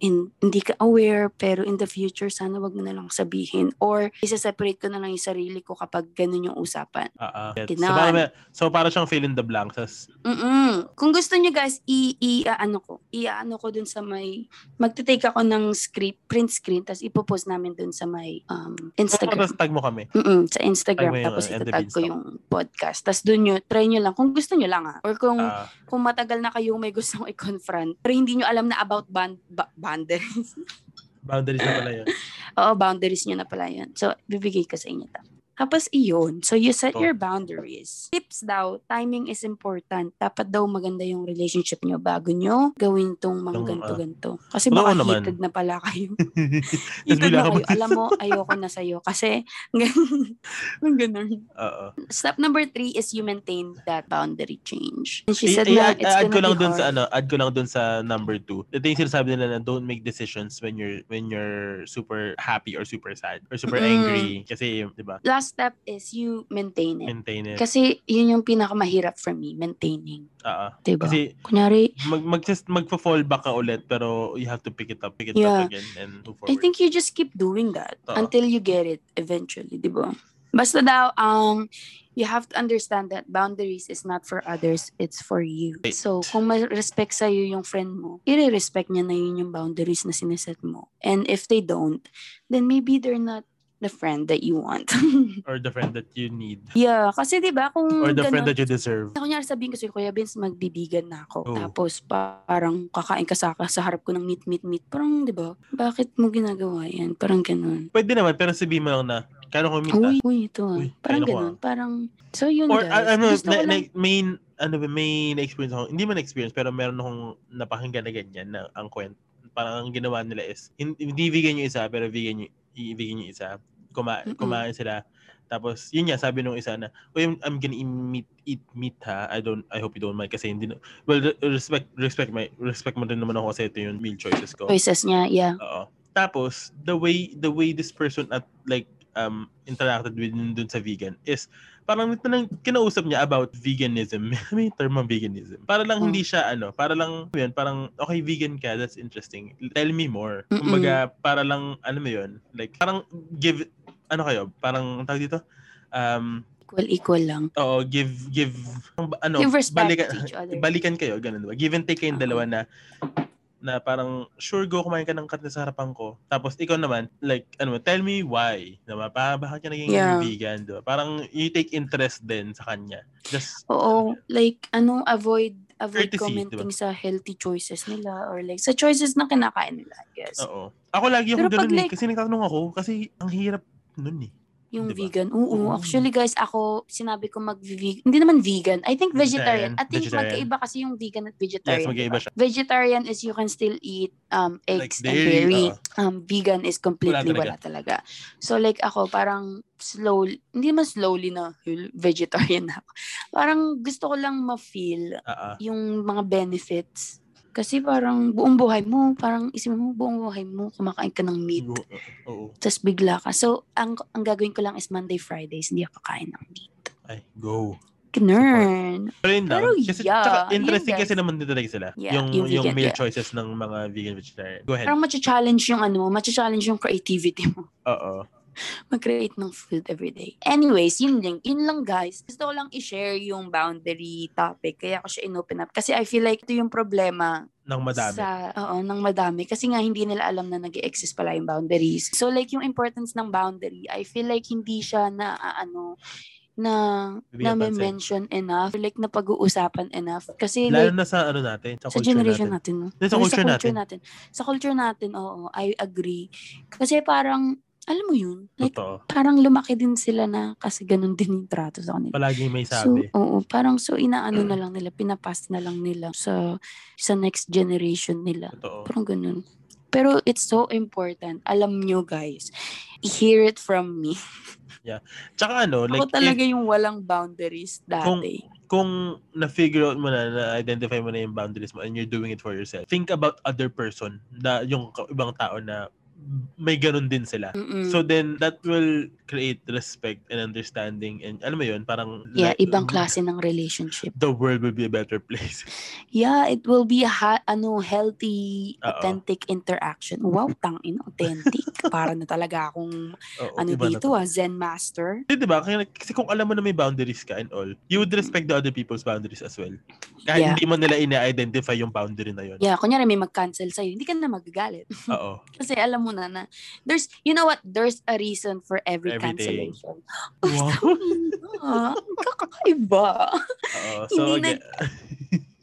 B: And hindi ka aware, pero in the future, sana wag mo na lang sabihin. Or, isa-separate ko na lang yung sarili ko kapag ganun yung usapan.
A: Ah, ah. So,
B: Ginawa.
A: parang, may- so parang siyang fill in the blanks. Tas,
B: mm Kung gusto niyo guys, i, i ano ko, i ano ko dun sa may, magte-take ako ng script, print screen, tapos ipopost namin dun sa may um, Instagram.
A: Tapos tag mo kami.
B: Mm-mm, sa
A: Tag
B: Instagram,
A: mo yung,
B: tapos
A: uh, and the
B: itatag ko
A: Beanstalk.
B: yung podcast. Tapos dun nyo, try nyo lang, kung gusto nyo lang ha, or kung,
A: Ah,
B: kung matagal na kayong may gustong i-confront, pero hindi nyo alam na about band, ba- boundaries.
A: boundaries na pala yun.
B: Oo, boundaries nyo na pala yun. So, bibigay ko sa inyo ta. Tapos iyon. So, you set
A: Ito.
B: your boundaries. Tips daw, timing is important. Dapat daw maganda yung relationship nyo bago nyo gawin tong mga
A: Tama.
B: ganto-ganto. Kasi
A: Oo
B: baka
A: naman.
B: heated na pala kayo.
A: Tapos
B: heated
A: bigla
B: na
A: ka
B: kayo.
A: mag-
B: Alam mo, ayoko na sa'yo. Kasi, ganun. ganun.
A: Oo.
B: Step number three is you maintain that boundary change. And she
A: I-
B: said
A: i-
B: na,
A: add-
B: it's
A: add ko
B: gonna
A: lang
B: be
A: dun sa
B: hard.
A: ano, add ko lang dun sa number two. Ito yung sinasabi nila na don't make decisions when you're when you're super happy or super sad or super
B: Mm-mm.
A: angry kasi 'di ba?
B: Last step is you maintain it.
A: Maintain it.
B: Kasi yun yung pinakamahirap for me, maintaining.
A: Oo.
B: Diba?
A: Kasi
B: Kunyari,
A: mag mag just magfo-fall back ka ulit pero you have to pick it up, pick it
B: Yeah.
A: up again and move
B: I
A: forward. Uh-huh.
B: think you just keep doing that
A: Oo.
B: until you get it eventually, di ba? Basta daw, um, you have to understand that boundaries is not for others, it's for you.
A: Right.
B: So, kung may respect sa'yo yung friend mo, i-respect niya na yun yung boundaries na sineset mo. And if they don't, then maybe they're not the friend that you want.
A: or the friend that you need
B: yeah, kasi di ba kung
A: or the friend
B: ganun,
A: that you Oh. deserve.
B: ako niya sabihin ko sa'yo, Kuya Vince, magbibigan na ako.
A: Oo.
B: Tapos pa- parang kakain ka sa, sa harap ko ng meat, meat, meat. Parang, di ba, bakit mo ginagawa yan? Parang ganun.
A: Pwede naman pero sabihin mo lang na kano kumita.
B: Uy, uy, ito ah.
A: Uy,
B: parang
A: ayun ako
B: ganun. Parang, so yun
A: Or
B: guys.
A: a- ano,
B: Gusto
A: na,
B: ko
A: na,
B: lang-
A: main, ano ba, may na-experience ako. Hindi man experience pero meron akong napakinggan na ganyan na ang kwento. Parang ang ginawa nila is, hin- hindi vegan yung isa, pero vegan yung, i- vegan yung isa. Kuma,
B: Mm-mm.
A: kumain sila. Tapos, yun nga, sabi nung isa na, Uy, I'm, I'm gonna eat meat, eat meat ha. I don't, I hope you don't mind kasi hindi, na- well, re- respect, respect, my, respect mo rin naman ako kasi ito yung meal choices ko.
B: choices niya, yeah.
A: Oo. Tapos the way the way this person at like um interacted with nun dun sa vegan is parang nang kinausap niya about veganism. May term ang veganism. Para lang hindi siya ano, para lang yun, parang okay vegan ka, that's interesting. Tell me more.
B: Mm-mm.
A: Kumbaga para lang ano mo yun, like parang give ano kayo, parang ang tawag dito um
B: Equal, equal lang.
A: oo, give give ano
B: Give respect
A: balikan-
B: to each other.
A: balikan kayo, ganun ba? Give and take kayong
B: Oo.
A: dalawa na na parang sure go kumain ka ng karne sa harapan ko. Tapos ikaw naman like ano, tell me why. Diba? Pa bakit ka naging
B: Yeah.
A: vegan, diba? Parang you take interest din sa kanya. Just
B: Oo, like, ano, avoid avoid
A: Courtesy,
B: commenting sa healthy choices nila or like sa choices na kinakain nila, I guess.
A: oo. Ako lagi ako
B: Pero pag
A: ganoon eh,
B: like-
A: kasi nagtatanong ako kasi ang hirap nun eh.
B: Yung
A: Diba?
B: vegan.
A: Oo.
B: Oo, actually guys, ako sinabi ko mag-vegan. Hindi naman vegan. I think
A: Vegetarian.
B: vegetarian. I think
A: Vegetarian.
B: magkaiba kasi yung vegan at
A: Yes,
B: vegetarian.
A: magkaiba siya.
B: Vegetarian is you can still eat um
A: Like
B: eggs and
A: dairy,
B: dairy.
A: oo.
B: Um vegan is completely
A: Wala
B: wala talaga. So like ako parang slow hindi man slowly na "Hul, vegetarian na ako. Parang gusto ko lang ma-feel
A: Oo.
B: yung mga benefits. Kasi parang buong buhay mo, parang isipin mo buong buhay mo kumakain ka ng meat.
A: Oo. Oo.
B: Tapos bigla ka. So, ang, ang gagawin ko lang is Monday, Fridays, hindi ako kain ng meat.
A: Ay, go.
B: Ganun.
A: Pero yun lang.
B: Pero
A: kasi,
B: yeah,
A: tsaka
B: yun,
A: interesting
B: guys.
A: kasi naman din talaga sila.
B: Yeah,
A: yung,
B: yung
A: yung,
B: vegan,
A: meal
B: yeah.
A: choices ng mga vegan vegetarian. Go ahead.
B: Parang macha-challenge yung ano mo, macha-challenge yung creativity mo.
A: Oo.
B: Mag-create ng food everyday. Anyways, yun lang, yun lang guys. Gusto ko lang i-share yung boundary topic. Kaya ko siya in-open up. Kasi I feel like ito yung problema
A: Nang madami.
B: Sa, oo, ng madami. Kasi nga, hindi nila alam na nag exist pala yung boundaries. So, like, yung importance ng boundary, I feel like hindi siya na, ah, ano, na na
A: Bibigyan pansin.
B: mention enough, like na pag-uusapan enough. Kasi
A: Lalo
B: like,
A: na sa ano natin, sa,
B: sa
A: culture
B: generation
A: natin.
B: natin. no?
A: Sa
B: Or
A: culture
B: Sa culture natin, oo, I agree. Kasi parang, alam mo yun, like,
A: Totoo.
B: parang lumaki din sila na kasi ganun din yung trato sa kanila.
A: Palaging may sabi.
B: So, oo, parang so inaano na lang nila, pinapas na lang nila sa sa next generation nila.
A: Totoo.
B: Parang ganun. Pero it's so important. Alam nyo guys, hear it from me.
A: Tsaka ano, like,
B: Ako talaga yung walang boundaries dati.
A: if- kung na-figure out mo na, na-identify mo na yung boundaries mo and you're doing it for yourself, think about other person, na yung ka- ibang tao na may ganun din sila.
B: Mm-mm.
A: So then, that will create respect and understanding and alam mo yun, parang
B: yeah,
A: like, mm-hmm.
B: ibang klase ng relationship.
A: The world will be a better place.
B: Yeah, it will be a ha- ano, healthy,
A: Oo.
B: authentic interaction. Wow, tangin, authentic. Para na talaga akong
A: Oo,
B: ano
A: iba na to.
B: dito, ah, Zen master.
A: Di ba? Kaya, kasi kung alam mo na may boundaries ka and all, you would respect the other people's boundaries as well. Kahit
B: Yeah.
A: hindi mo nila ina-identify yung boundary na yun.
B: Yeah, kunyari may mag-cancel sa'yo, hindi ka na magagalit.
A: Oo.
B: Kasi alam mo na na, there's, you know what, there's a reason for every
A: Everything.
B: cancellation.
A: Wow.
B: Ah, ang kakaiba.
A: Oo. So,
B: Hindi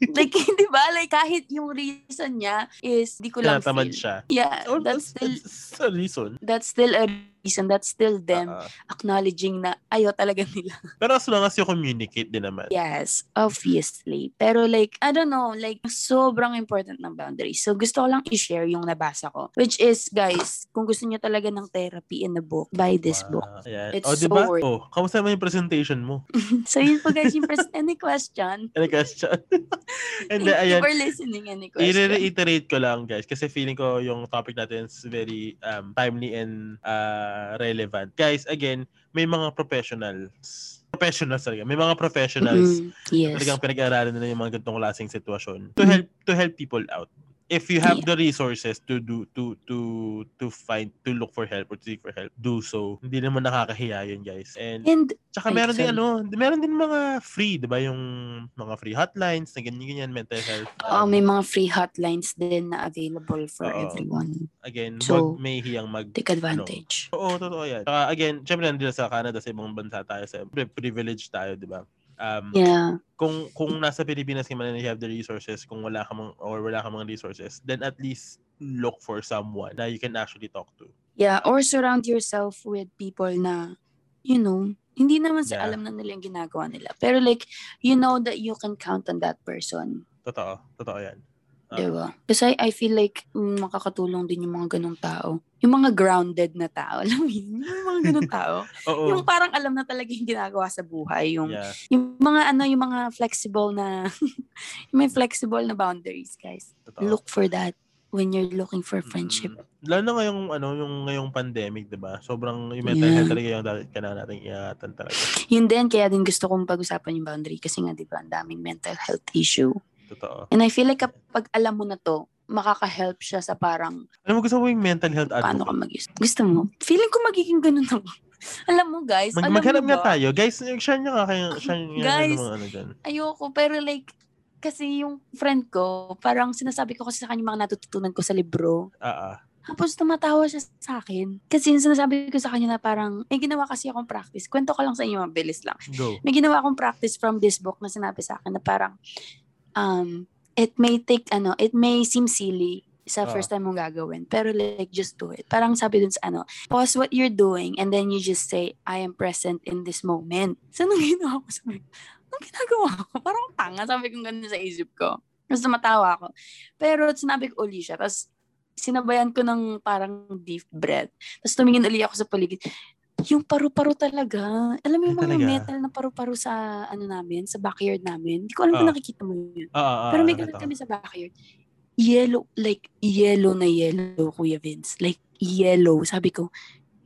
A: again,
B: like, di ba? Like, kahit yung reason niya is, di ko lang
A: tinatamad
B: feel.
A: siya.
B: Yeah,
A: Or
B: that's still,
A: Oh, that's a reason.
B: that's still a reason. That's still them
A: Oo.
B: acknowledging na ayaw talaga nila.
A: Pero as long as you communicate din naman.
B: Yes, obviously. Pero like, I don't know, like, sobrang important ng boundaries. So, gusto ko lang i-share yung nabasa ko. Which is, guys, kung gusto niyo talaga ng therapy in a book, buy this book.
A: Wow. Ayan.
B: It's
A: o, diba?
B: so worth-
A: Oh, kamusta naman yung presentation mo?
B: So, yun po guys, yung pres- any question,
A: Any question? And
B: thank
A: then,
B: you
A: ayan.
B: for listening, any question.
A: I-reiterate ko lang guys kasi feeling ko yung topic natin is very um, timely and uh, relevant. Guys, again, may mga professionals. Professionals talaga. May mga professionals
B: Mm, yes.
A: talagang pinag-aaralan nila yung mga ganitong klaseng sitwasyon to
B: Mhm.
A: help to help people out if you have the resources to do to to to find to look for help or to seek for help do so hindi naman nakakahiya yun guys and
B: And
A: tsaka
B: Ay,
A: meron din
B: sorry.
A: ano meron din mga free 'di ba yung mga free hotlines na ganyan ganyan mental health um,
B: oh, may mga free hotlines din na available for
A: Oo.
B: everyone.
A: again
B: So,
A: wag may hiyang mag
B: Take advantage.
A: Oo, totoo yan. Tsaka again, syempre nandito sa Canada, sa ibang bansa tayo, sa privileged tayo, di ba? Um,
B: Yeah.
A: kung kung nasa Pilipinas ka man and you have the resources, kung wala ka mang, or wala ka mang resources, then at least look for someone that you can actually talk to.
B: Yeah, or surround yourself with people na, you know, hindi naman sa
A: Yeah.
B: alam na nila yung ginagawa nila. Pero like, you know that you can count on that person.
A: Totoo, totoo 'yan. Ah.
B: Diba? Kasi I feel like mm, makakatulong din yung mga ganong tao. Yung mga grounded na tao. Alam mo yun? Yung mga ganong tao.
A: Oo.
B: Yung parang alam na talaga yung ginagawa sa buhay. Yung,
A: Yeah.
B: yung mga ano, yung mga flexible na, yung may flexible na boundaries, guys.
A: Totoo.
B: Look for that when you're looking for friendship.
A: Mm. Lalo na ngayong ano, yung ngayong pandemic, 'di ba? Sobrang yung mental
B: Yeah.
A: health talaga yung dapat kailangan nating iingatan talaga.
B: Yun din, kaya din gusto kong pag-usapan yung boundary kasi nga, di ba, ang daming mental health issue.
A: Totoo.
B: And I feel like kapag alam mo na to, makaka-help siya sa parang
A: Alam mo gusto ko yung mental health
B: paano ka
A: advocate.
B: mag Gusto mo? Feeling ko magiging ganun ako. alam mo, guys,
A: Mag-
B: alam
A: maghanap
B: mo
A: nga
B: ba?
A: tayo. Guys, yung share nyo nga kayo. Share nyo nga
B: Guys.
A: ng mga ano dyan.
B: Ayoko, pero like, kasi yung friend ko, parang sinasabi ko kasi sa kanya yung mga natututunan ko sa libro.
A: Ah, ah.
B: Tapos tumatawa siya sa akin. Kasi yung sinasabi ko sa kanya na parang, eh ginawa kasi akong practice. Kwento ko lang sa inyo, mabilis lang.
A: Go.
B: may ginawa akong practice from this book na sinabi sa akin na parang um, it may take ano, it may seem silly sa
A: Ah.
B: first time mong gagawin. Pero like, just do it. Parang sabi dun sa ano, pause what you're doing and then you just say, I am present in this moment. So, nung ginawa ko, sabi ko, nung ginagawa ko, parang tanga. Sabi ko ganun sa isip ko. Tapos tumatawa ako. Pero sinabi ko uli siya. Tapos sinabayan ko ng parang deep breath. Tapos tumingin uli ako sa paligid. Yung paru-paro talaga. Alam mo yung
A: Ay,
B: mga
A: talaga?
B: metal na paru-paro sa ano namin, sa backyard namin. Hindi ko alam kung
A: Ah. ano
B: nakikita mo yun.
A: Oo, oo,
B: Pero may
A: nakita
B: ganun
A: ko.
B: kami sa backyard. Yellow, like, yellow na yellow, Kuya Vince. Like, yellow. Sabi ko,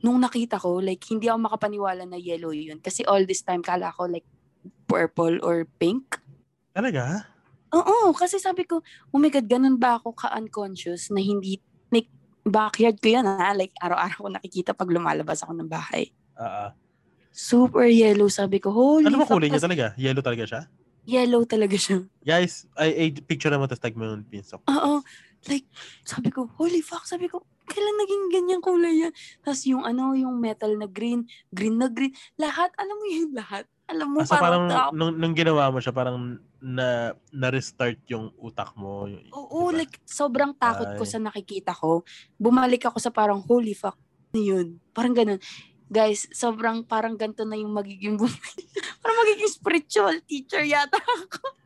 B: nung nakita ko, like, hindi ako makapaniwala na yellow yun. Kasi all this time, kala ko, like, purple or pink.
A: Talaga?
B: Oo, kasi sabi ko, oh my God, ganun ba ako ka-unconscious na hindi, like, backyard ko yan, ha? Like, araw-araw ko nakikita pag lumalabas ako ng bahay.
A: Oo.
B: Super yellow, sabi ko,
A: Ah,
B: holy
A: Ano ba
B: fuck,
A: kulay niya
B: tas
A: talaga? Yellow talaga siya?
B: Yellow talaga siya.
A: Guys, ay, ay picture na mo tapos tag mo yung pinsok.
B: Oo. Like, sabi ko, holy fuck, sabi ko, kailan naging ganyang kulay yan? Tapos yung ano, yung metal na green, green na green, lahat, alam mo yung lahat. Alam mo,
A: Ah, so parang
B: tao-
A: nung, nung ginawa mo siya, parang na, na-restart yung utak mo. yung-
B: oo,
A: diba?
B: like, sobrang takot ko
A: Ay.
B: sa nakikita ko. Bumalik ako sa parang, holy fuck, ano yun? Parang ganun. Guys, sobrang parang ganito na yung magiging, parang magiging spiritual teacher yata.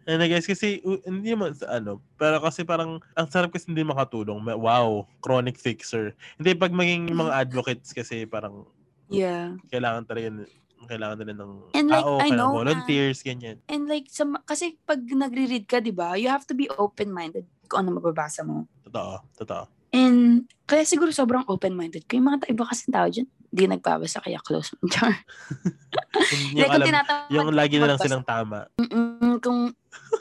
A: And I guess kasi u- hindi naman sa ano, pero kasi parang ang sarap kasi hindi makatulong. Ma- Wow, chronic fixer. Hindi pag maging mga advocates kasi parang
B: Yeah.
A: kailangan talaga n- kailangan nila ng
B: And like,
A: tao,
B: I
A: kailangan
B: know na-
A: volunteers, ganyan.
B: And like, sa, kasi pag nagre-read ka, di ba, you have to be open-minded kung ano mababasa mo.
A: Totoo, totoo.
B: And kaya siguro sobrang open-minded ko. Yung mga ta- iba kasi tao dyan, di nagbabasa kaya close. Char.
A: Yung, yung
B: Like, kung
A: alam,
B: tinatamad
A: yung
B: ka
A: lagi na lang
B: magbasa,
A: silang tama.
B: mm, kung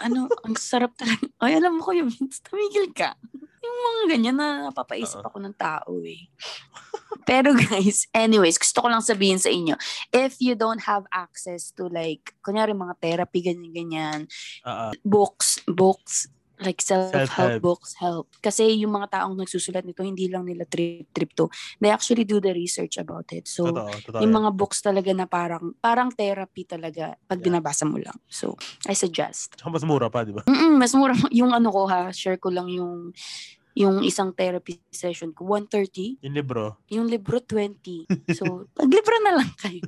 B: ano, ang sarap talaga. Ay, alam mo ko yung Vince, tumigil ka. Yung mga ganyan na napapaisip
A: Oo.
B: ako ng tao eh. Pero guys, anyways, gusto ko lang sabihin sa inyo, if you don't have access to like, kunyari mga therapy, ganyan-ganyan,
A: Oo.
B: books, books, like self-help
A: Self-help.
B: books help. Kasi yung mga taong nagsusulat nito, hindi lang nila trip-trip to. They actually do the research about it. So,
A: Totoo, totoo.
B: yung
A: yan.
B: mga books talaga na parang, parang therapy talaga
A: Yeah.
B: pag binabasa mo lang. So, I suggest.
A: Tsaka mas mura pa, di ba?
B: Mm-mm, mas mura yung ano ko ha, share ko lang yung yung isang therapy session ko, 130.
A: Yung libro.
B: Yung libro, 20. So, paglibro na lang kayo.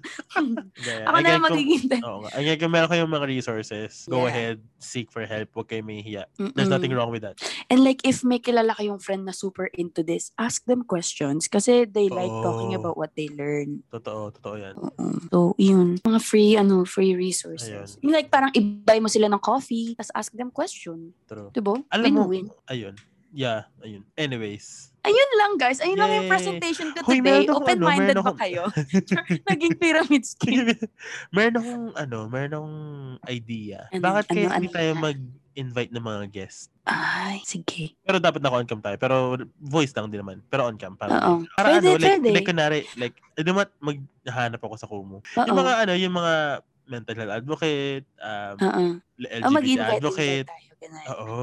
A: Gaya.
B: Ako na
A: Again,
B: lang
A: kung-
B: magiging therapy.
A: Oo nga. Again, kung meron kayong mga resources, go
B: Yeah. Hmm.
A: ahead, seek for help. Huwag kayong may hiya. There's nothing wrong with that.
B: And like, if may kilala kayong friend na super into this, ask them questions kasi they like talking
A: Oo.
B: about what they learn.
A: Totoo, totoo yan.
B: Oo. So, yun. Mga free, ano, free resources.
A: Ayun.
B: Yung like, parang i-buy mo sila ng coffee, tapos ask them question.
A: True.
B: Diba?
A: Alam mo,
B: Win-win.
A: ayun. Yeah, ayun. Anyways.
B: Ayun lang, guys. Ayun lang yung
A: Yay.
B: presentation ko
A: Hoy,
B: today.
A: meron akong ano,
B: Open-minded
A: meron
B: ba
A: akong-
B: kayo? Naging pyramid scheme.
A: meron akong, ano, meron akong idea.
B: Ano,
A: Bakit kaya
B: ano,
A: hindi
B: ano
A: tayo
B: yan?
A: mag-invite ng mga guest?
B: Ay, sige.
A: Pero dapat naka-on cam tayo. Pero voice lang din naman. Pero on cam. Para,
B: Oo.
A: para
B: Pwede,
A: ano, like,
B: pwede.
A: like, kunwari, like, ano mat, maghahanap ako sa Kumu.
B: Oo.
A: Yung mga, ano, yung mga mental health advocate, um,
B: Oo. Ah, O,
A: LGBT
B: mag-invite invite
A: advocate.
B: tayo. ganun.
A: Oo.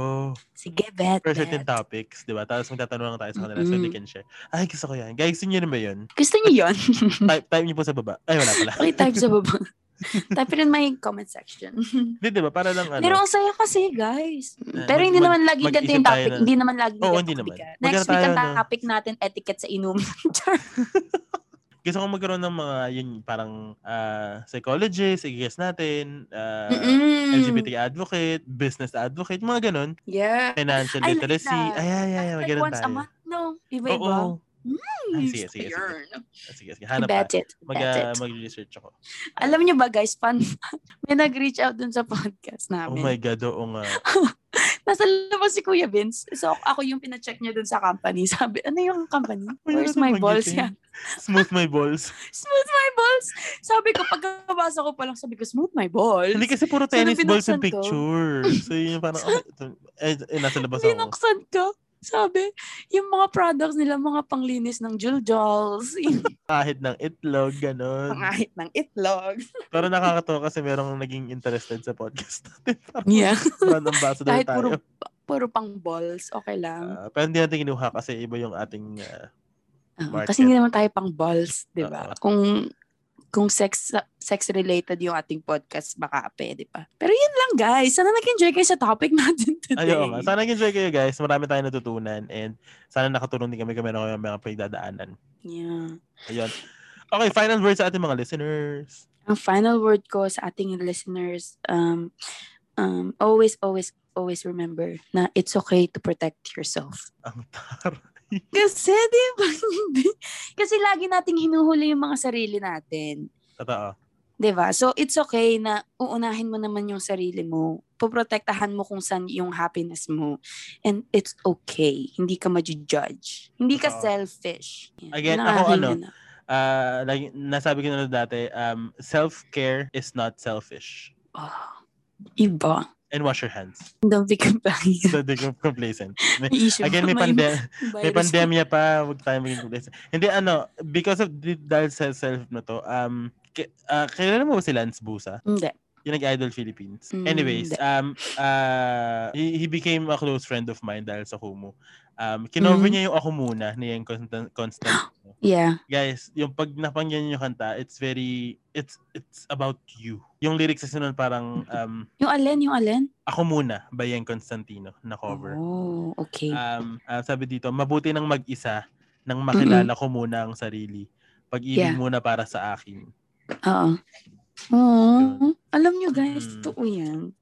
B: Sige, bet.
A: For certain
B: bet.
A: topics, di ba? Tapos magtatanong lang tayo sa kanila so they
B: Mm-mm.
A: can share. Ay, gusto ko yan. Guys, yun yun ba yun?
B: Gusto niyo yun?
A: Type, type niyo po sa baba. Ay, wala pala.
B: Okay, type sa baba. type rin my comment section.
A: Hindi, di ba? Para lang ano. Eh,
B: Pero ang saya kasi, guys. Pero
A: mag-
B: hindi
A: mag-
B: naman lagi ganito
A: mag-isip
B: yung
A: tayo
B: topic.
A: na-
B: Hindi naman lagi
A: Oo,
B: ganito
A: hindi naman.
B: kabigat.
A: Huwag
B: Next
A: na
B: week,
A: tayo
B: ang
A: na-
B: topic natin, etiquette sa inom. Char.
A: gusto ko magkaroon ng mga, yun, parang ah, psychologist, i-guess natin, ah,
B: Mm-mm.
A: LGBT advocate, business advocate, mga ganun.
B: Yeah.
A: Financial
B: I like
A: literacy.
B: that.
A: ay, ay, ay,
B: Like
A: magkaroon
B: once
A: tayo.
B: a month, no?
A: Oo.
B: Iba-iba.
A: Ay,
B: Hmm,
A: Ah, sige, sige, sige.
B: ayun.
A: Sige, sige. Hanap
B: Bet
A: pa.
B: it.
A: Mag,
B: bet
A: ah,
B: it.
A: mag-research ako.
B: Alam niyo ba guys, fun fact, may nag-reach out dun sa podcast
A: Oh
B: namin.
A: my God, oo nga.
B: Nasa labas si Kuya Vince. So ako yung pina-check niya dun sa company. Sabi, ano yung company? Where's
A: Wala
B: my
A: namang
B: balls
A: giting.
B: yan?
A: Smooth my balls.
B: Smooth my balls. Sabi ko, pagkabasa ko pa lang, sabi ko, smooth my balls.
A: Hindi kasi puro
B: So, nung
A: tennis balls yung
B: binuksan ko-
A: picture. So yun yung parang, okay, ito- eh, eh, nasa labas ako.
B: Binuksan ko. Sabi, yung mga products nila, mga panglinis ng Jewel Jolls, yung
A: Kahit ng itlog, ganun.
B: pangahit ng itlog.
A: Pero nakakatawa kasi merong naging interested sa podcast natin. Parang
B: Yeah.
A: brand ambassador
B: Kahit
A: tayo.
B: puro, puro pang balls, okay lang.
A: Ah, pero hindi natin kinuha kasi iba yung ating... ah,
B: Oo,
A: market.
B: kasi hindi naman tayo pang balls, di ba?
A: Oo.
B: Kung kung sex sex related yung ating podcast baka pwede pa. Pero yun lang guys. Sana nag-enjoy kayo sa topic natin today.
A: Ayun nga. Sana nag-enjoy kayo guys. Marami tayong natutunan and sana nakatulong din kami kami ng mga mga pinagdadaanan.
B: Yeah.
A: Ayun. Okay, final words sa ating mga listeners.
B: Ang final word ko sa ating listeners um um always always always remember na it's okay to protect yourself.
A: Ang tar.
B: Kasi di ba? Kasi lagi nating hinuhuli yung mga sarili natin.
A: Totoo.
B: 'Di ba? So it's okay na uunahin mo naman yung sarili mo. Poprotektahan mo kung saan yung happiness mo. And it's okay. Hindi ka ma-judge. Hindi ka
A: Totoo.
B: selfish. Yan.
A: Again,
B: Yun ang
A: ako
B: aking
A: ano, Ah, lagi- nasabi ko na dati, um, self-care is not selfish.
B: Oh, iba.
A: And wawash your hands.
B: Don't be complacent.
A: So, di ko complacent. May-
B: Issue
A: Again, may,
B: pa,
A: pandem
B: virus.
A: may pandemya pa. Huwag tayo maging complacent. Hindi, ano, because of, di- dahil sa self na to, um, ki- ah, kilala mo ba si Lance Busa?
B: Hindi.
A: Yung nag-idol Philippines.
B: Mm,
A: Anyways,
B: hindi.
A: um, ah, he, he became a close friend of mine dahil sa Kumu. Um, kinover
B: Mm.
A: niya yung ako muna, niya yung constant, constant
B: Yeah.
A: guys, yung pag napangyan niyo yung kanta, it's very, it's it's about you. Yung lyrics kasi nun parang, um,
B: Yung Alen, yung Alen?
A: Ako Muna by Yen Constantino na cover.
B: Oh, okay.
A: Um, ah, sabi dito, mabuti ng mag-isa nang makilala ko muna ang sarili. Pag-ibig
B: Yeah.
A: muna para sa akin.
B: Oo. Oo.
A: Yun.
B: Alam nyo guys,
A: Mm.
B: totoo yan.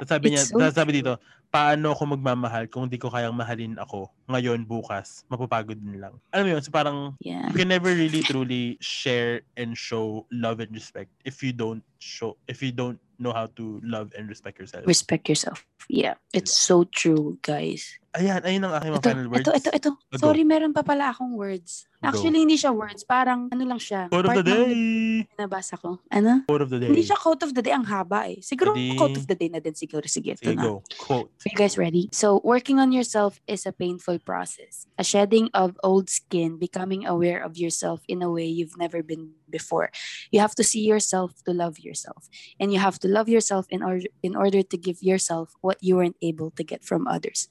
A: Tapos sabi niya,
B: It's so
A: tapos sabi dito, paano ako magmamahal kung di ko kayang mahalin ako ngayon, bukas, mapapagod din lang. Alam mo yun, so parang
B: Yeah.
A: you can never really truly share and show love and respect if you don't show if you don't know how to love and respect yourself.
B: Respect yourself. Yeah. It's so true, guys.
A: Ayan, ayun ang aking mga
B: Ito,
A: final words.
B: ito, ito, ito.
A: Go.
B: Sorry, meron pa pala akong words.
A: Go.
B: Actually, hindi siya words. Parang ano lang siya.
A: Quote of the
B: Part ng
A: day.
B: Nabasa ko. Ano?
A: Quote of the day.
B: Hindi siya quote of the day. Ang haba eh. Siguro
A: Ready?
B: quote of the day na din siguro. Sige, ito
A: Sige,
B: na.
A: go. Quote.
B: Are you guys ready? So, working on yourself is a painful process. A shedding of old skin, becoming aware of yourself in a way you've never been before. You have to see yourself to love yourself, and you have to love yourself in order in order to give yourself what you weren't able to get from others.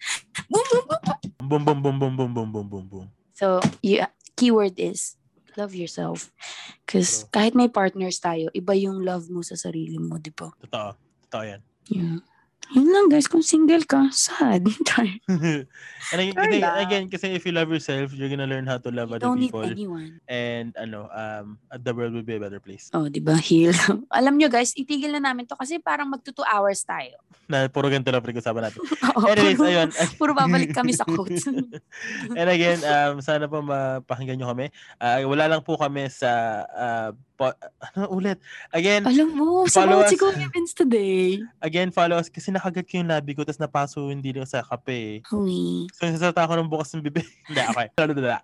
B: Boom, boom, boom,
A: Boom,
B: boom.
A: boom, boom, boom, boom, boom, boom, boom, boom.
B: So, yeah, keyword is love yourself. Because
A: True.
B: kahit may partners tayo, iba yung love mo sa sarili mo, di ba?
A: Totoo. Totoo yan.
B: Yeah. Yun lang guys, kung single ka, sad.
A: And again,
B: Sure
A: kasi,
B: lang.
A: again, kasi if you love yourself, you're gonna learn how to love
B: you
A: other
B: don't need
A: people.
B: anyone.
A: And ano, um, the world will be a better place.
B: Oh, 'di ba? Heal. Alam nyo guys, itigil na namin 'to kasi parang magto 2 hours tayo.
A: Na puro ganito lang pinag-usapan natin.
B: Oo,
A: Anyways,
B: puro,
A: ayun.
B: puro babalik kami sa quotes.
A: And again, um, sana po mapakinggan nyo kami. Ah, wala lang po kami sa... ah, po- ano ulit? Again,
B: Alam mo, sa
A: Follow
B: mga
A: us.
B: siguro events today.
A: again, follow us. Kasi nakagat ko yung labi ko, tapos napaso hindi lang sa kape. eh.
B: Uy.
A: So, nasasata ko ng bukas ng bibig. Hindi, okay.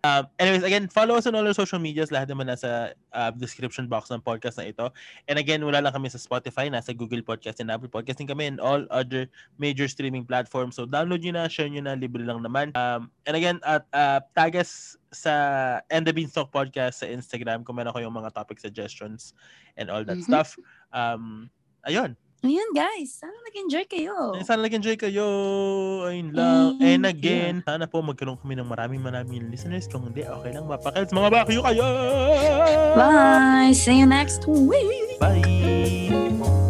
A: Um, anyways, again, follow us on all our social medias. Lahat naman nasa ah, description box ng podcast na ito. And again, wala lang kami sa Spotify, nasa Google Podcast and Apple Podcasting kami and all other major streaming platforms. So, download nyo na, share nyo na, libre lang naman. Um, and again, at ah, tag us sa And the Beanstalk Podcast sa Instagram kung meron kayong mga topic suggestions and all that
B: Mhm.
A: stuff. Um, ayun.
B: Ayan guys, sana nag-enjoy kayo.
A: Eh, Sana nag-enjoy kayo. Ayun lang.
B: Eh,
A: And again, sana po magkaroon kami ng maraming maraming listeners. Kung hindi, okay lang. Mapakils. Mga bakyo kayo!
B: Bye! See you next week!
A: Bye!